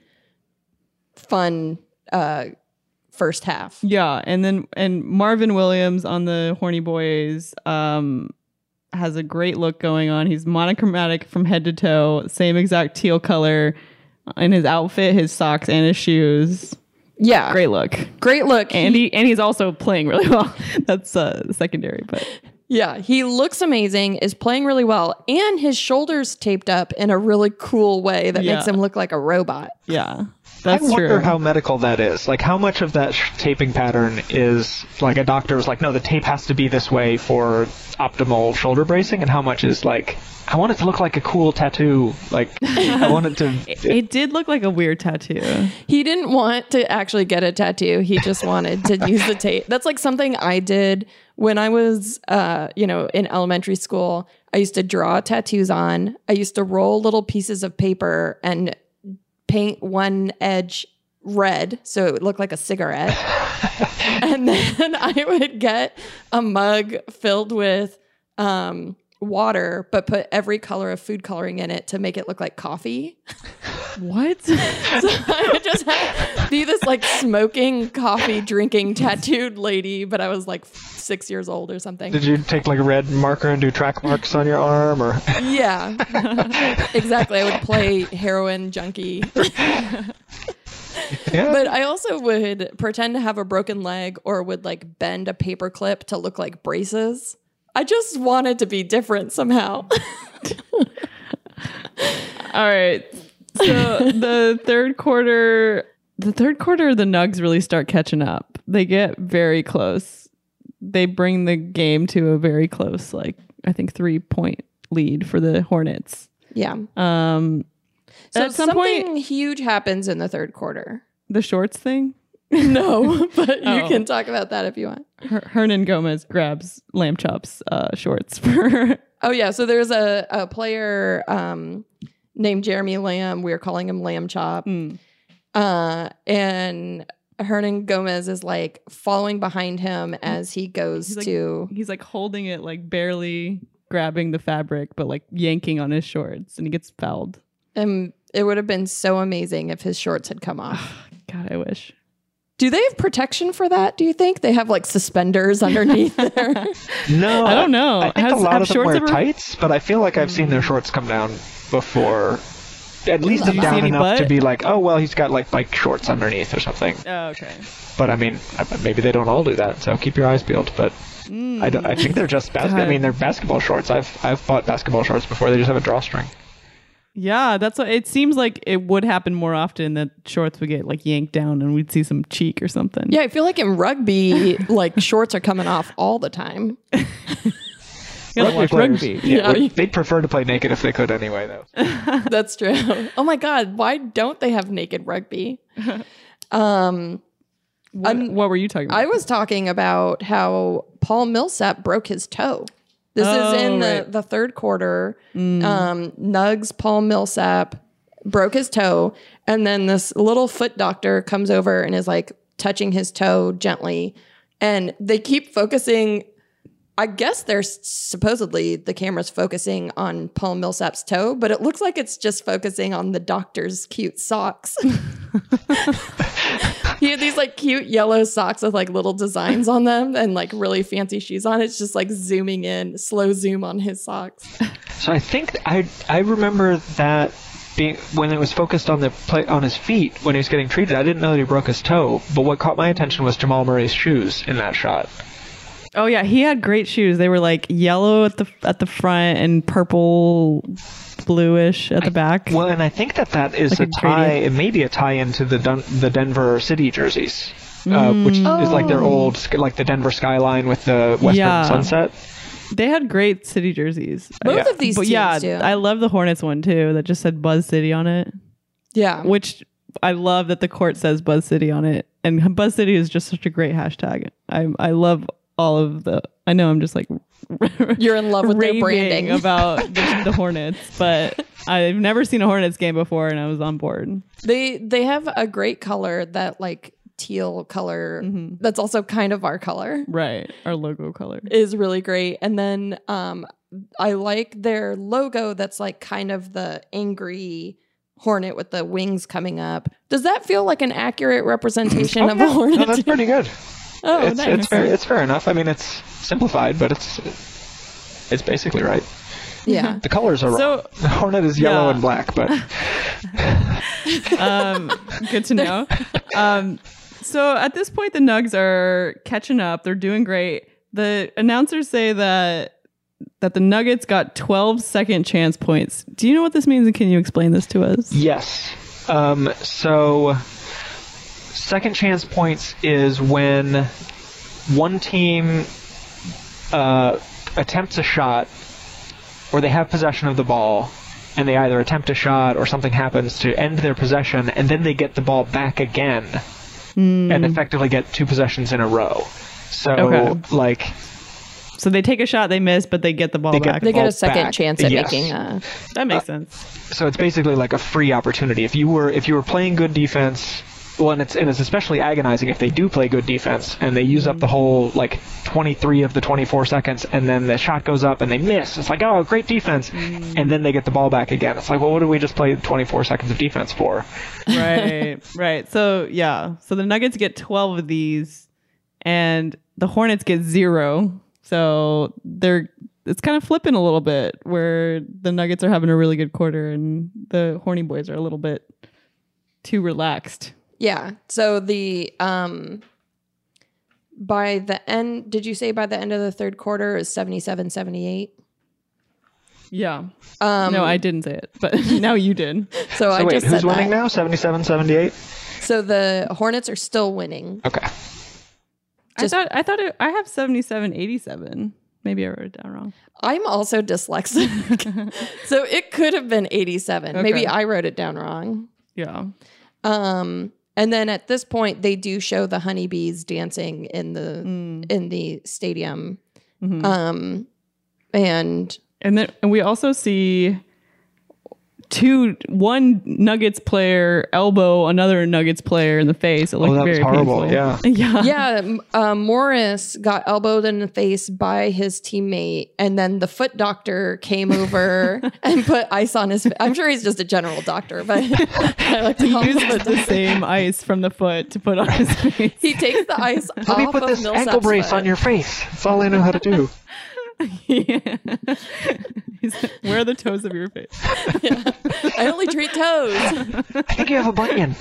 fun uh first half Yeah, and then and Marvin Williams on the Horny Boys um has a great look going on. He's monochromatic from head to toe, same exact teal color in his outfit, his socks and his shoes. yeah Great look. great look And [laughs] he and he's also playing really well. [laughs] That's uh secondary, but yeah he looks amazing is playing really well and his shoulders taped up in a really cool way that makes Yeah. him look like a robot yeah. That's I wonder true. how medical that is. Like, how much of that sh- taping pattern is like a doctor was like, no, the tape has to be this way for optimal shoulder bracing, and how much is like, I want it to look like a cool tattoo. [laughs] Like, I want it to. it did look like a weird tattoo. He didn't want to actually get a tattoo. He just wanted to use the tape. That's like something I did when I was, uh, you know, in elementary school. I used to draw tattoos on. I used to roll little pieces of paper and paint one edge red so it would look like a cigarette. [laughs] and then I would get a mug filled with um, water, but put every color of food coloring in it to make it look like coffee. What? [laughs] so I [laughs] just had be this like smoking, coffee drinking, tattooed lady, but I was like six years old or something. Did you take like red marker and do track marks on your [laughs] arm or? Yeah, [laughs] exactly. I would play heroin junkie. Yeah. But I also would pretend to have a broken leg or would like bend a paper clip to look like braces. I just wanted to be different somehow. All right. [laughs] So the third quarter, the third quarter, the Nugs really start catching up. They get very close. They bring the game to a very close, like I think three point lead for the Hornets. [laughs] yeah. Um, So at some something point, huge happens in the third quarter. the shorts thing. No, [laughs] but you Oh. can talk about that if you want. Her- Hernan Gomez grabs Lamb Chop's uh, shorts [laughs] for Oh yeah, so there's a, a player um, named Jeremy Lamb. We're calling him Lamb Chop. Mm. Uh, and Hernan Gomez is like following behind him as he goes He's like- to He's like holding it, like barely grabbing the fabric, but like yanking on his shorts, and he gets fouled. and it would have been so amazing if his shorts had come off. [sighs] God, I wish. Do they have protection for that? Do you think they have like suspenders [laughs] underneath there? No, I don't know. I think Has- a lot have of them shorts wear ever- tights, but I feel like I've seen their shorts come down before. At least Did you see down any enough to butt? be like, oh well, he's got like bike shorts underneath or something. Oh, okay. But I mean, I- maybe they don't all do that. So keep your eyes peeled. But I, don't, I think they're just bas- I Hmm. God. mean, they're basketball shorts. I've I've bought basketball shorts before. They just have a drawstring. Yeah, that's what it seems like. It would happen more often that shorts would get like yanked down, and we'd see some cheek or something. yeah, I feel like in rugby, like shorts are coming off all the time. You gotta watch players- rugby. Yeah, Yeah, would- you- they'd prefer to play naked if they could anyway, though. [laughs] That's true. Oh my god, why don't they have naked rugby? Um, What, I'm- what were you talking about? I was talking about how Paul Millsap broke his toe. This is in Oh, the, right. the third quarter. Um, Nugs Paul Millsap broke his toe, and then this little foot doctor comes over and is like touching his toe gently, and they keep focusing. I guess they're s- supposedly the camera's focusing on Paul Millsap's toe, but it looks like it's just focusing on the doctor's cute socks. [laughs] He had these like cute yellow socks with like little designs on them and like really fancy shoes on. It's just like zooming in, slow zoom on his socks. So I think I I remember that being when it was focused on the play on his feet when he was getting treated. I didn't know that he broke his toe, but what caught my attention was Jamal Murray's shoes in that shot. oh yeah, he had great shoes. They were like yellow at the at the front and purple, bluish at the back. Well, and I think that that Like is a a tie. It may be a tie into the Dun- the Denver City jerseys, uh, Mm. which is like their old sk- like the Denver skyline with the western Oh. Yeah. sunset. They had great city jerseys. Both of these but teams yeah, do. I love the Hornets one too. That just said Buzz City on it. yeah. which I love that the court says Buzz City on it, and Buzz City is just such a great hashtag. I I love all of the. I know I'm just like [laughs] You're in love with their raving branding. [laughs] about the, the Hornets, but I've never seen a Hornets game before, and I was on board. They they have a great color that like teal color Mm-hmm. that's also kind of our color Right, our logo color. is really great. And then um I like their logo that's like kind of the angry hornet with the wings coming up. Does that feel like an accurate representation of [laughs] a Oh, no, hornet? that's pretty good. oh, it's, nice. it's fair. It's fair enough. I mean, it's simplified, but it's it's basically right. yeah. The colors are So- wrong. [laughs] The hornet is yellow Yeah. and black, but [laughs] um, good to know. Um, so at this point, the Nugs are catching up. They're doing great. The announcers say that that the Nuggets got 12 second chance points. Do you know what this means? And can you explain this to us? Yes. Um, so, second chance points is when one team uh, attempts a shot, or they have possession of the ball, and they either attempt a shot or something happens to end their possession, and then they get the ball back again, and effectively get two possessions in a row. So, Okay. like, So they take a shot, they miss, but they get the ball They get back. They get ball a second back. chance at Yes. making a. that makes sense. so it's basically like a free opportunity. If you were if you were playing good defense Well, and it's and it's especially agonizing if they do play good defense and they use up the whole like 23 of the 24 seconds, and then the shot goes up and they miss. It's like, oh, great defense, and then they get the ball back again. It's like, well, what did we just play 24 seconds of defense for? right, right. So yeah, so the Nuggets get twelve of these, and the Hornets get zero. So they're it's kind of flipping a little bit, where the Nuggets are having a really good quarter, and the Horny Boys are a little bit too relaxed. Yeah. So the um by the end did you say by the end of the third quarter is 77 78? Yeah. Um, no, I didn't say it, but [laughs] now you did. So, I wait, just who's said winning that. now? 77, 78. So the Hornets are still winning. Okay. Just- I thought I thought it, I have 77 87. Maybe I wrote it down wrong. I'm also dyslexic. [laughs] so it could have been 87. Maybe Okay. I wrote it down wrong. Yeah. Um and then at this point they do show the honeybees dancing in the Mm. in the stadium. Mm-hmm. Mhm. Um and And then and we also see two one Nuggets player elbow another Nuggets player in the face. It looked Oh, that was very horrible, painful. [laughs] yeah. yeah. yeah, m- uh, Morris got elbowed in the face by his teammate, and then the foot doctor came [laughs] over and put ice on his. Fa- I'm sure he's just a general doctor, but [laughs] I like to call him Used a the doctor. same ice from the foot to put on his face. [laughs] He takes the ice [laughs] Let off me put of this Millsap's ankle brace foot. on your face. That's all I know how to do. yeah. He's like, Where are the toes of your face? I only treat toes. [laughs] I think you have a bunion.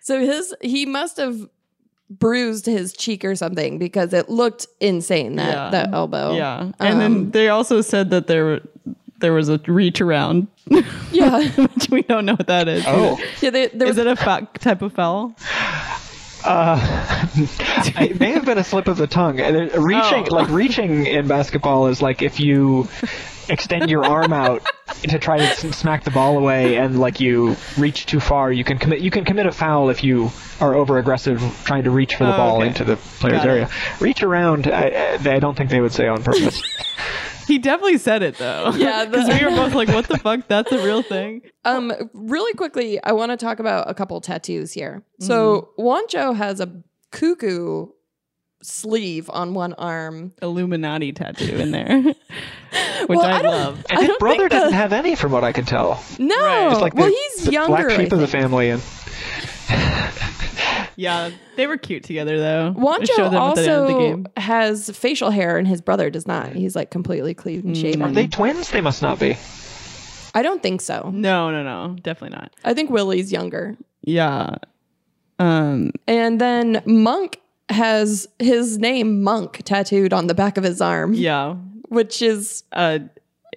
So his he must have bruised his cheek or something because it looked insane that Yeah. that Oh. elbow. Yeah. And Um, then they also said that there were- there was a reach around, [laughs] yeah, [laughs] which we don't know what that is. Oh. yeah. There, there Is was it a fa- type of foul? Uh, [laughs] [laughs] it may have been a slip of the tongue. And it- Reaching, Oh. like reaching in basketball, is like if you extend your arm out to try to s- smack the ball away, and like you reach too far, you can commit you can commit a foul if you are over aggressive trying to reach for the Oh, ball okay. into the player's Got it. area. Reach around, I, I I don't think they would say on purpose. He definitely said it though. [laughs] Yeah, the- because we were both like, "What the fuck? That's a real thing." Um, really quickly, I want to talk about a couple tattoos here. So Wancho has a cuckoo sleeve on one arm. Illuminati tattoo in [laughs] there, which Well, I, I don't- love. [laughs] I And his don't brother think the- doesn't have any, from what I can tell. No, Right. It's Like well, the- he's the younger. Black sheep I of the think. family, and Yeah, they were cute together though. It Wancho showed them at the end of the also game. has facial hair, and his brother does not. He's like completely clean shaven. are they twins? They must not be. I don't think so. No, no, no, definitely not. I think Willie's younger. Yeah. Um. And then Monk has his name Monk tattooed on the back of his arm, Yeah. which is Uh.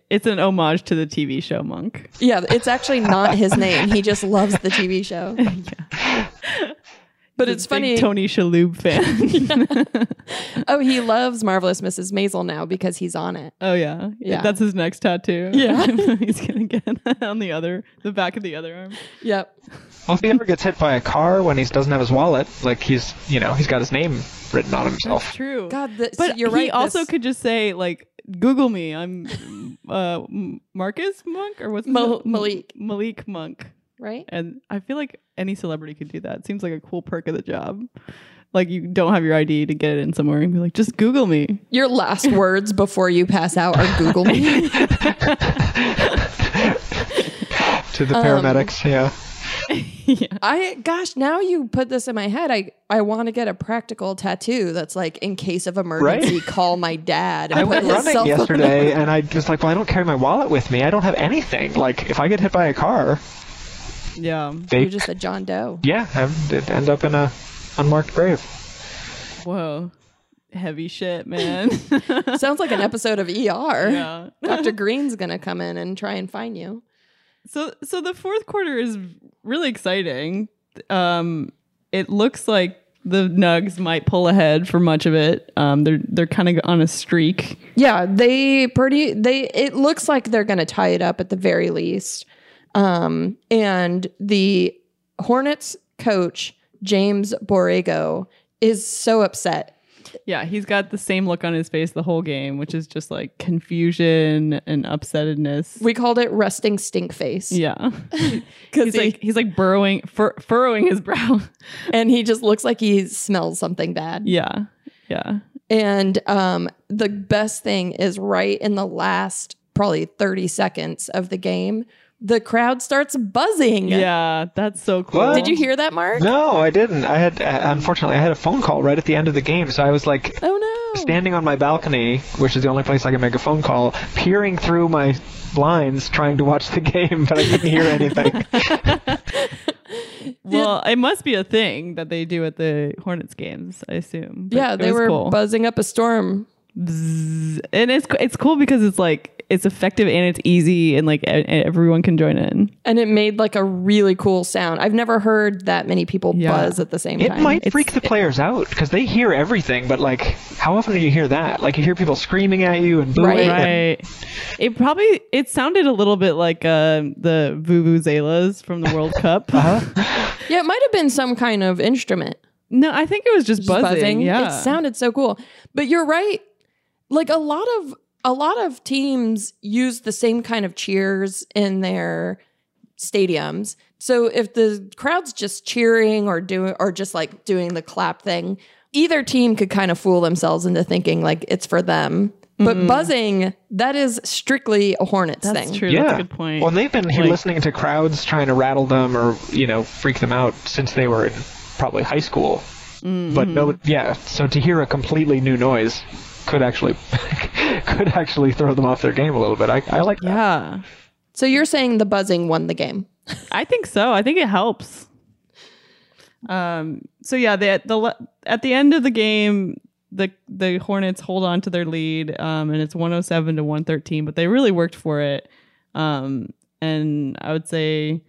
It's an homage to the TV show Monk. Yeah, it's actually not [laughs] his name. He just loves the TV show. But it's Big funny. Tony Shalhoub fan. [laughs] [laughs] Oh, he loves Marvelous Mrs. Maisel now because he's on it. Oh yeah. Yeah. That's his next tattoo. Yeah. [laughs] He's gonna get [laughs] that on the other, the back of the other arm. Yep. Well, if he ever gets hit by a car when he doesn't have his wallet, like he's, you know, he's got his name written on himself. [laughs] True. God, th- but you're He right, also this- could just say like, "Google me. I'm [laughs] uh, M- Marcus Monk or what's his Mal- name? Malik. Malik Monk." Right? And I feel like any celebrity could do that. It seems like a cool perk of the job. Like you don't have your ID to get it in somewhere and be like, "Just Google me." Your last words before you pass out are Google [laughs] me. To Um, the paramedics, yeah. I gosh, now you put this in my head. I I want to get a practical tattoo that's like in case of emergency, call my dad. And I put went his cell running phone- yesterday, and I was like, well, I don't carry my wallet with me. I don't have anything. Like, if I get hit by a car, Yeah. they, You're just a John Doe. yeah, I would end up in a unmarked grave. Whoa. Heavy shit, man. [laughs] Sounds like an episode of ER. [laughs] yeah. Dr. Green's gonna come in and try and find you. So so the fourth quarter is really exciting. Um it looks like the Nugs might pull ahead for much of it. Um they're they're kind of on a streak. Yeah, they pretty they it looks like they're going to tie it up at the very least. Um and the Hornets coach James Borrego is so upset Yeah, he's got the same look on his face the whole game, which is just like confusion and upsetness. We called it resting stink face. [laughs] Yeah, [laughs] he's like he's like burrowing, fur- furrowing his [laughs] brow. and he just looks like he smells something bad. yeah, yeah. And um, the best thing is right in the last probably 30 seconds of the game, the crowd starts buzzing. Yeah, that's so cool. What? Did you hear that, Mark? No, I didn't. I had uh, unfortunately I had a phone call right at the end of the game, so I was like Oh no. standing on my balcony, which is the only place I can make a phone call, peering through my blinds trying to watch the [laughs] game, but I couldn't hear [laughs] anything. Well, it must be a thing that they do at the Hornets games, I assume. But yeah, it they was were cool. buzzing up a storm. and it's it's cool because it's like it's effective and it's easy and like e- everyone can join in. And it made like a really cool sound. I've never heard that many people Yeah. buzz at the same It time. might freak the players out because they hear everything, but like, how often do you hear that? Like, you hear people screaming at you and Right. booing. Right. It probably it sounded a little bit like uh, the vuvuzelas from the World Cup. Uh-huh. yeah, it might have been some kind of instrument. No, I think it was just, just buzzing. Yeah, It sounded so cool. But you're right. Like a lot of a lot of teams use the same kind of cheers in their stadiums. So if the crowd's just cheering or doing or just like doing the clap thing, either team could kind of fool themselves into thinking like it's for them. But buzzing, that is strictly a Hornets Mm-hmm. that's thing. true. Yeah. That's a good point. Well, and they've been here Like- listening to crowds trying to rattle them or you know freak them out since they were in probably high school. But no, Mm-hmm. yeah. So to hear a completely new noise could actually [laughs] could actually throw them off their game a little bit. I, I like that. yeah, So you're saying the buzzing won the game. I think so. I think it helps. Um. So yeah, the the le- at the end of the game, the the Hornets hold on to their lead, um, and it's one hundred seven to one thirteen. But they really worked for it. Um, and I would say,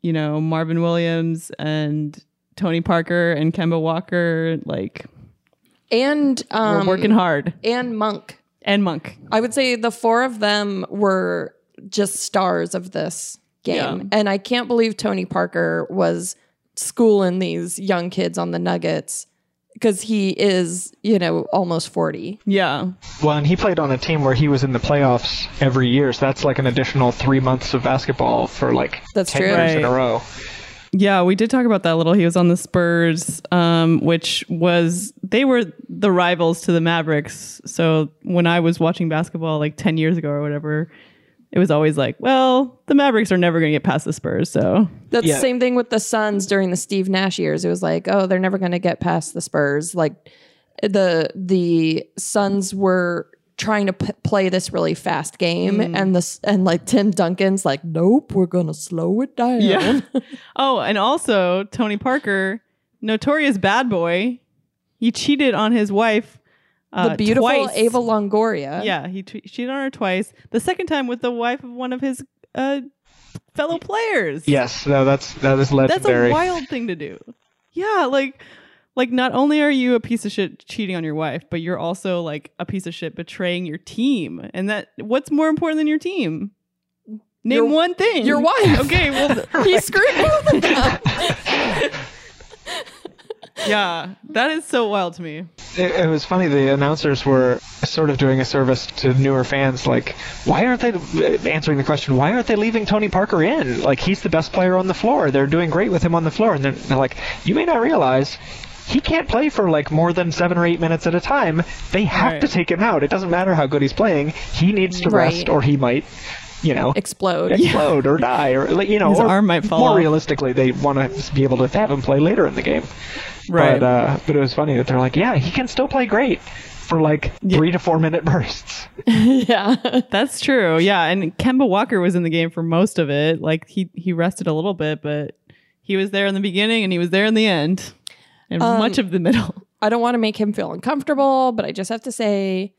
you know, Marvin Williams and Tony Parker and Kemba Walker, like, And were um working hard. and Monk. And Monk, I would say the four of them were just stars of this game. Yeah. And I can't believe Tony Parker was schooling these young kids on the Nuggets because he is, you know, almost 40. yeah, Well, and he played on a team where he was in the playoffs every year, so that's like an additional three months of basketball for like That's ten true. years in a Right. row. Yeah, we did talk about that a little. He was on the Spurs, um, which was they were the rivals to the Mavericks. So when I was watching basketball like ten years ago or whatever, it was always like, well, the Mavericks are never going to get past the Spurs. So That's Yeah. the same thing with the Suns during the Steve Nash years. It was like, oh, they're never going to get past the Spurs. Like the the Suns were trying to p- play this really fast game, and this and like Tim Duncan's like, nope, we're going to slow it down. Yeah. oh, and also Tony Parker, notorious bad boy, he cheated on his wife. Uh, the beautiful twice. Ava Longoria. Yeah, he t- cheated on her twice. The second time with the wife of one of his uh, fellow players. Yes, no, that's that is That's legendary. a wild thing to do. Yeah, like like not only are you a piece of shit cheating on your wife, but you're also like a piece of shit betraying your team. And that what's more important than your team? Name Your- one thing. [laughs] your wife. Okay, well [laughs] He screwed [laughs] both of them. yeah. That is so wild to me. It, it was funny. The announcers were sort of doing a service to newer fans, like, why aren't they uh, answering the question? Why aren't they leaving Tony Parker in? Like, he's the best player on the floor. They're doing great with him on the floor, and they're, they're like, you may not realize. He can't play for like more than seven or eight minutes at a time. They have Right. to take him out. It doesn't matter how good he's playing. He needs to Right. rest, or he might, you know, Explode. explode or die, or like, you know, His or arm might fall More off. realistically, they want to be able to have him play later in the game. But, uh, but it was funny that they're like, yeah, he can still play great for like three to four minute bursts. [laughs] Yeah. That's true. Yeah, and Kemba Walker was in the game for most of it. Like he he rested a little bit, but he was there in the beginning and he was there in the end. And Um, much of the middle. I don't want to make him feel uncomfortable, but I just have to say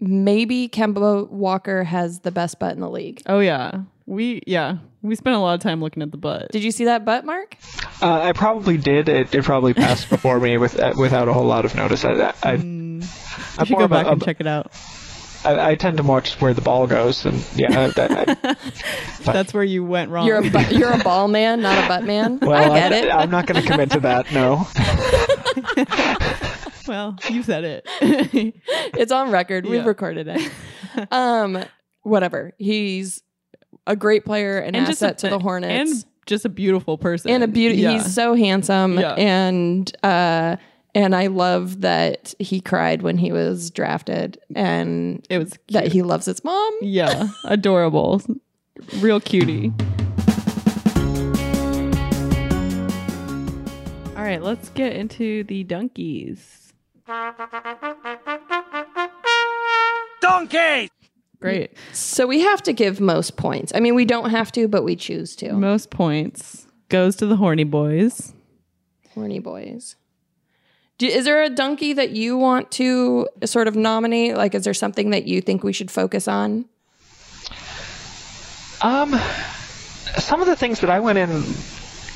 maybe Kemba Walker has the best butt in the league. Oh yeah, we yeah we spent a lot of time looking at the butt. Did you see that butt, Mark? Uh, I probably did. It, it probably passed before me with, uh, without a whole lot of notice. I, I, I, You I'm should more go of a- back and a- check it [laughs] out. I, I tend to watch where the ball goes, and yeah, I, I, [laughs] I- That's where you went wrong. You're a butt, you're a ball man, not a butt man. well, I get I, it. [laughs] I'm not going to commit to that. No, [laughs] well, you said [laughs] it. it's on record. We've Yeah. recorded it. Um, whatever. He's a great player, an And just a- asset to the Hornets, and just a beautiful person. and a beauty. Yeah. He's so handsome, Yeah. and uh, and I love that he cried when he was drafted, and it was that he loves his mom. yeah, [laughs] adorable, real cutie. All right, let's get into the donkeys. Donkey! Great, So we have to give most points. I mean, we don't have to, but we choose to. most points goes to the horny boys. Horny boys. Do, is there a donkey that you want to sort of nominate? Like, is there something that you think we should focus on? Um, some of the things that I went in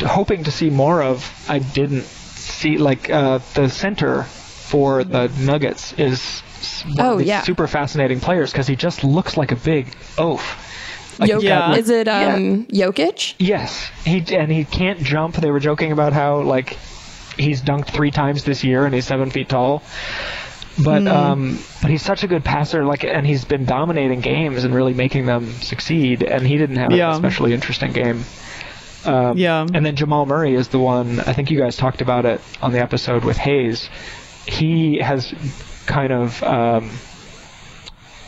hoping to see more of, I didn't see. Like uh, the center for the Nuggets is s- one Oh, of these yeah. super fascinating players because he just looks like a big oaf. Like, Jokic. Uh, yeah. Is it um, Jokic? Yes, he and he can't jump. They were joking about how like he's dunked three times this year and he's seven feet tall. But um, but he's such a good passer, like, and he's been dominating games and really making them succeed. And he didn't have Yeah. an especially interesting game. Um, Yeah. And then Jamal Murray is the one. I think you guys talked about it on the episode with Hayes. He has kind of. Um,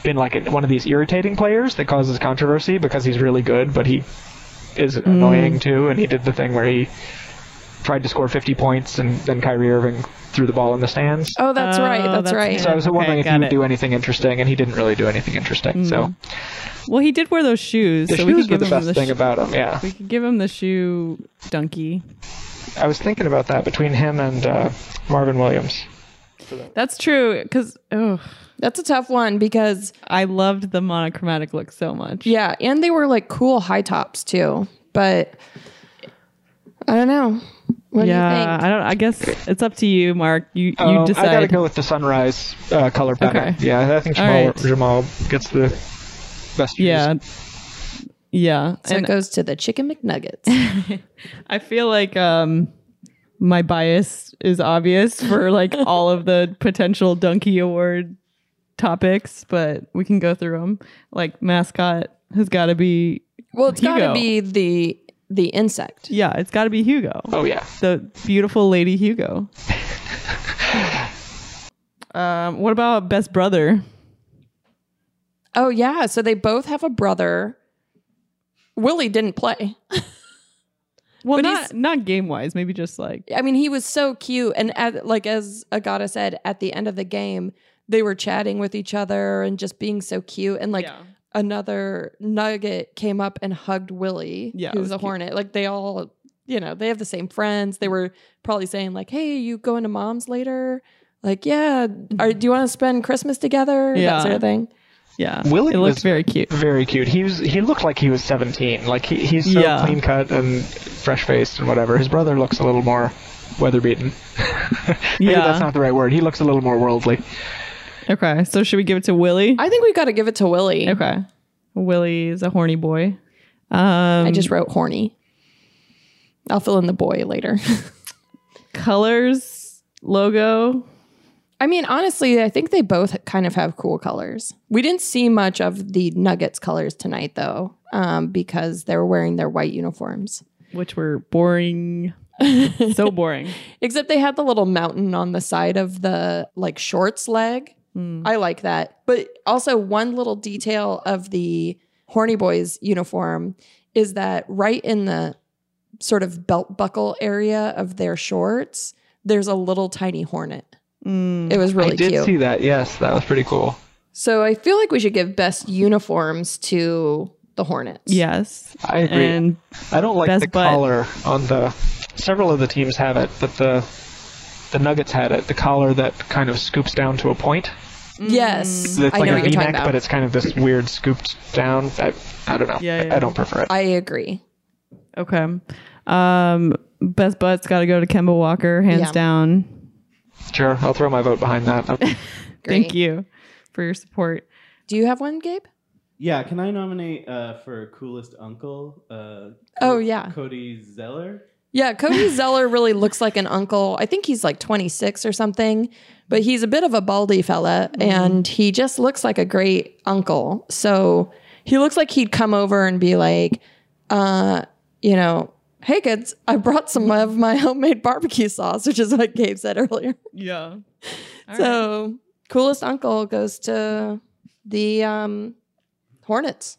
been like one of these irritating players that causes controversy because he's really good, but he is Mm. annoying too. And he did the thing where he tried to score 50 points, and then Kyrie Irving threw the ball in the stands. Oh, that's Oh, right. That's, that's right. him. so I was okay, wondering if he got would it. do anything interesting, and he didn't really do anything interesting. So Well, he did wear those shoes, the so we shoes could were give the him best the thing sh- about him. Yeah, we could give him the shoe donkey. I was thinking about that between him and uh, Marvin Williams. That's true, because oh, That's a tough one because I loved the monochromatic look so much. yeah, and they were like cool high tops too. But I don't know. What do you yeah, think? I don't. I guess it's up to you, Mark. You you Um, decide. I gotta go with the sunrise uh, color pattern. Okay. Yeah, I think All Jamal, right. Jamal gets the best. shoes. yeah, yeah. so and it goes to the chicken McNuggets. [laughs] I feel like um, my bias is obvious [laughs] for like all of the potential Donkey Award topics, but we can go through them. Like mascot has got to be well, it's got Hugo. to be the the insect. yeah, it's got to be Hugo, Oh yeah. the beautiful lady [laughs] Hugo. um, what about best brother? Oh yeah, so they both have a brother. Willie didn't play. Well, But he's- not not game wise, maybe just like I mean, he was so cute. And at, like as Agata said, at the end of the game, they were chatting with each other and just being so cute. And like Yeah. another Nugget came up and hugged Willie, Yeah, it who's was a cute. Hornet. Like they all, you know, they have the same friends. They were probably saying like, "Hey, you going to mom's later?" Like, yeah, are, do you want to spend Christmas together? Yeah. That sort of thing. yeah, Willie it looked was- very cute. very cute. He was he looked like he was 17. Like he, he's so Yeah. clean cut and fresh faced and whatever. His brother looks a little more weather beaten. Maybe Yeah. that's not the right word. He looks a little more worldly. Okay, so should we give it to Willie? I think we've got to give it to Willie. Okay. Willie is a horny boy. Um, I just wrote horny. I'll fill in the boy later. [laughs] colors logo. I mean, honestly, I think they both kind of have cool colors. We didn't see much of the Nuggets colors tonight, though, um, because they were wearing their white uniforms. which were [laughs] boring. so boring. Except they had the little mountain on the side of the like shorts leg. I like that. But also, one little detail of the Horny Boys uniform is that right in the sort of belt buckle area of their shorts, there's a little tiny hornet. It was really I did cute. see that. Yes, that was pretty cool. So I feel like we should give best uniforms to the Hornets. Yes. I agree. And I don't like best the butt. collar on the. Several of the teams have it, but the the Nuggets had it. The collar that kind of scoops down to a point. Yes. Mm. It's I like know an what you're talking neck, about. but it's kind of this weird scooped down. I, I don't know. Yeah, I- yeah. I don't prefer it. I agree. okay. Um best butts got to go to Kemba Walker hands Yeah. down. sure, I'll throw my vote behind [laughs] that. Great. Thank you for your support. Do you have one, Gabe? Yeah, can I nominate uh, for coolest uncle? Uh, Oh, yeah. Cody Zeller. Yeah, [laughs] Cody Zeller really looks like an uncle. I think he's like 26 or something, but he's a bit of a baldy fella Mm-hmm. and he just looks like a great uncle. So he looks like he'd come over and be like, uh, you know, hey kids, I brought some of my homemade barbecue sauce, which is what Gabe said earlier. Yeah. so coolest uncle goes to the um, Hornets.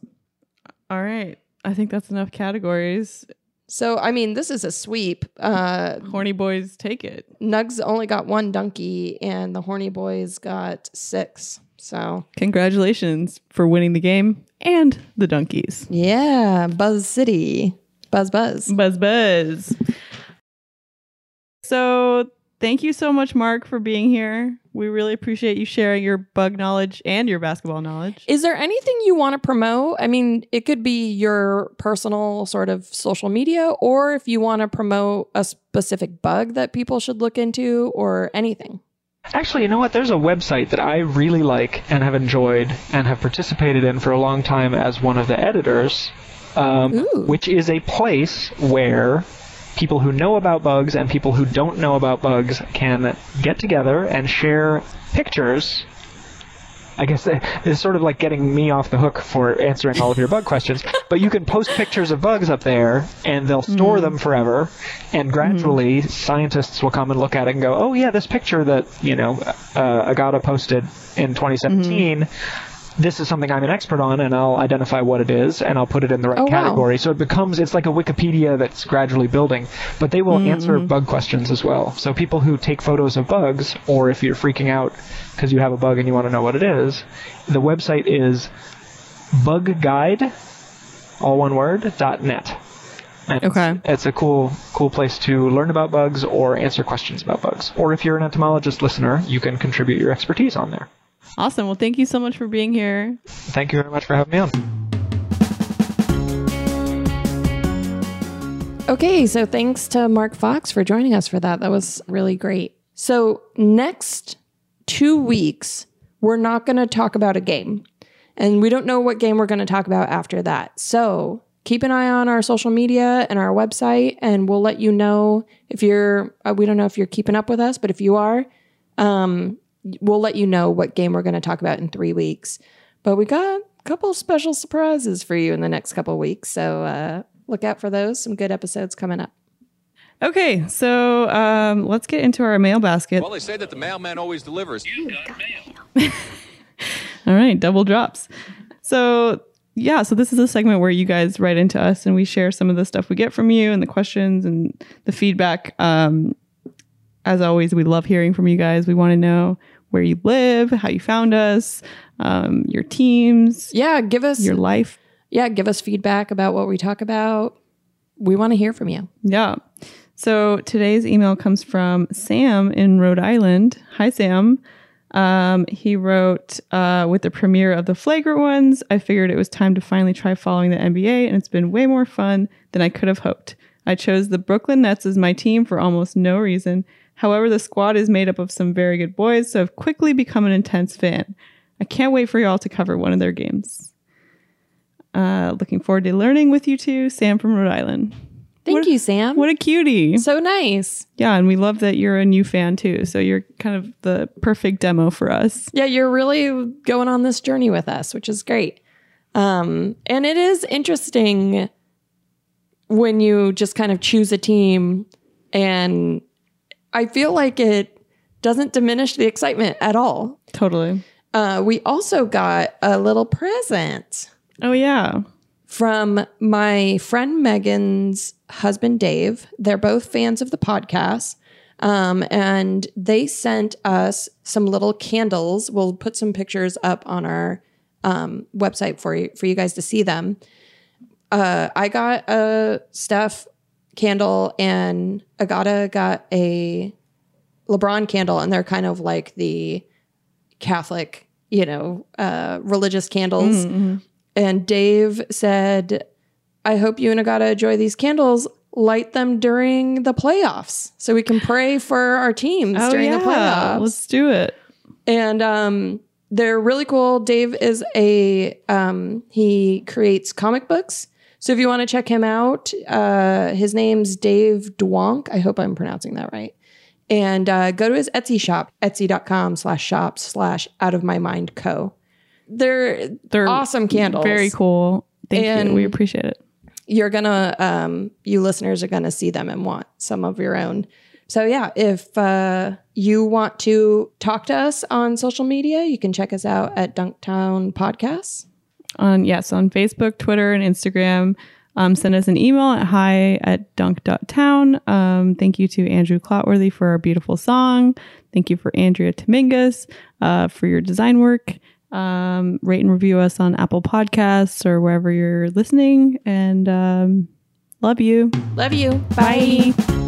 All right. I think that's enough categories. So I mean, this is a sweep. Uh, Horny boys take it. Nugs only got one donkey, and the Horny Boys got six. So Congratulations for winning the game and the donkeys. yeah, Buzz City, buzz buzz. Buzz buzz. So thank you so much, Mark, for being here. We really appreciate you sharing your bug knowledge and your basketball knowledge. Is there anything you want to promote? I mean, it could be your personal sort of social media, or if you want to promote a specific bug that people should look into, or anything. Actually, you know what? There's a website that I really like and have enjoyed and have participated in for a long time as one of the editors, um, Ooh. which is a place where people who know about bugs and people who don't know about bugs can get together and share pictures. I guess [laughs] that- it's sort of like getting me off the hook for answering all of your bug questions, but you can post pictures of bugs up there and they'll store them forever, and gradually scientists will come and look at it and go, oh, yeah, this picture that, you know, uh, Agata posted in 2017. This is something I'm an expert on, and I'll identify what it is, and I'll put it in the right Oh, wow. category. So it becomes it's like a Wikipedia that's gradually building. But they will answer Mm-hmm. bug questions as well. So people who take photos of bugs, or if you're freaking out because you have a bug and you want to know what it is, the website is bug guide, all one word, dot net. And Okay. It's, it's a cool, cool place to learn about bugs or answer questions about bugs. Or if you're an entomologist listener, you can contribute your expertise on there. Awesome. Well, thank you so much for being here. Thank you very much for having me on. Okay, so thanks to Mark Fox for joining us for that. That was really great. So, next two weeks, we're not going to talk about a game. And we don't know what game we're going to talk about after that. So, keep an eye on our social media and our website, and we'll let you know if you're, uh, we don't know if you're keeping up with us, but if you are, um, we'll let you know what game we're going to talk about in three weeks. But we got a couple special surprises for you in the next couple weeks. So uh, look out for those. Some good episodes coming up. Okay, so um, let's get into our mail basket. Well, they say that the mailman always delivers. All right, double drops. So, yeah, so this is a segment where you guys write into us and we share some of the stuff we get from you and the questions and the feedback. Um, as always, we love hearing from you guys. We want to know where you live, how you found us, um, your teams, Yeah, give us your life. yeah, give us feedback about what we talk about. We want to hear from you. Yeah. So today's email comes from Sam in Rhode Island. Hi, Sam. Um, he wrote, uh, with the premiere of The Flagrant Ones, I figured it was time to finally try following the NBA, and it's been way more fun than I could have hoped. I chose the Brooklyn Nets as my team for almost no reason. However, the squad is made up of some very good boys, so I've quickly become an intense fan. I can't wait for y'all to cover one of their games. Uh, looking forward to learning with you two, Sam from Rhode Island. Thank What- you, Sam. What a cutie. so nice. Yeah, and we love that you're a new fan too. So you're kind of the perfect demo for us. Yeah, you're really going on this journey with us, which is great. Um, and it is interesting when you just kind of choose a team, and I feel like it doesn't diminish the excitement at all. Totally. Uh, we also got a little present Oh yeah. from my friend Megan's husband, Dave. They're both fans of the podcast. Um, and they sent us some little candles. We'll put some pictures up on our um, website for you, for you guys to see them. Uh, I got a Steph candle and Agata got a LeBron candle, and they're kind of like the Catholic, you know, uh, religious candles. Mm-hmm, And Dave said, I hope you and Agata enjoy these candles. Light them during the playoffs so we can pray for our teams Oh during yeah. the playoffs. Let's do it. And um, they're really cool. Dave is a um, he creates comic books, So if you want to check him out, uh, his name's Dave Dwonk. I hope I'm pronouncing that right. And uh, go to his Etsy shop, etsy.com slash shop slash out of my mind co. They're, They're awesome candles. Very cool. Thank And- you. We appreciate it. You're going to, um, you listeners are going to see them and want some of your own. So yeah, if uh, you want to talk to us on social media, you can check us out at Dunktown Podcasts. On yes, on Facebook, Twitter, and Instagram. Um, send us an email at hi at dunk.town. Um, thank you to Andrew Clotworthy for our beautiful song. Thank you for Andrea Dominguez uh, for your design work. Um, rate and review us on Apple Podcasts or wherever you're listening. And um, love you. Love you. Bye. Bye.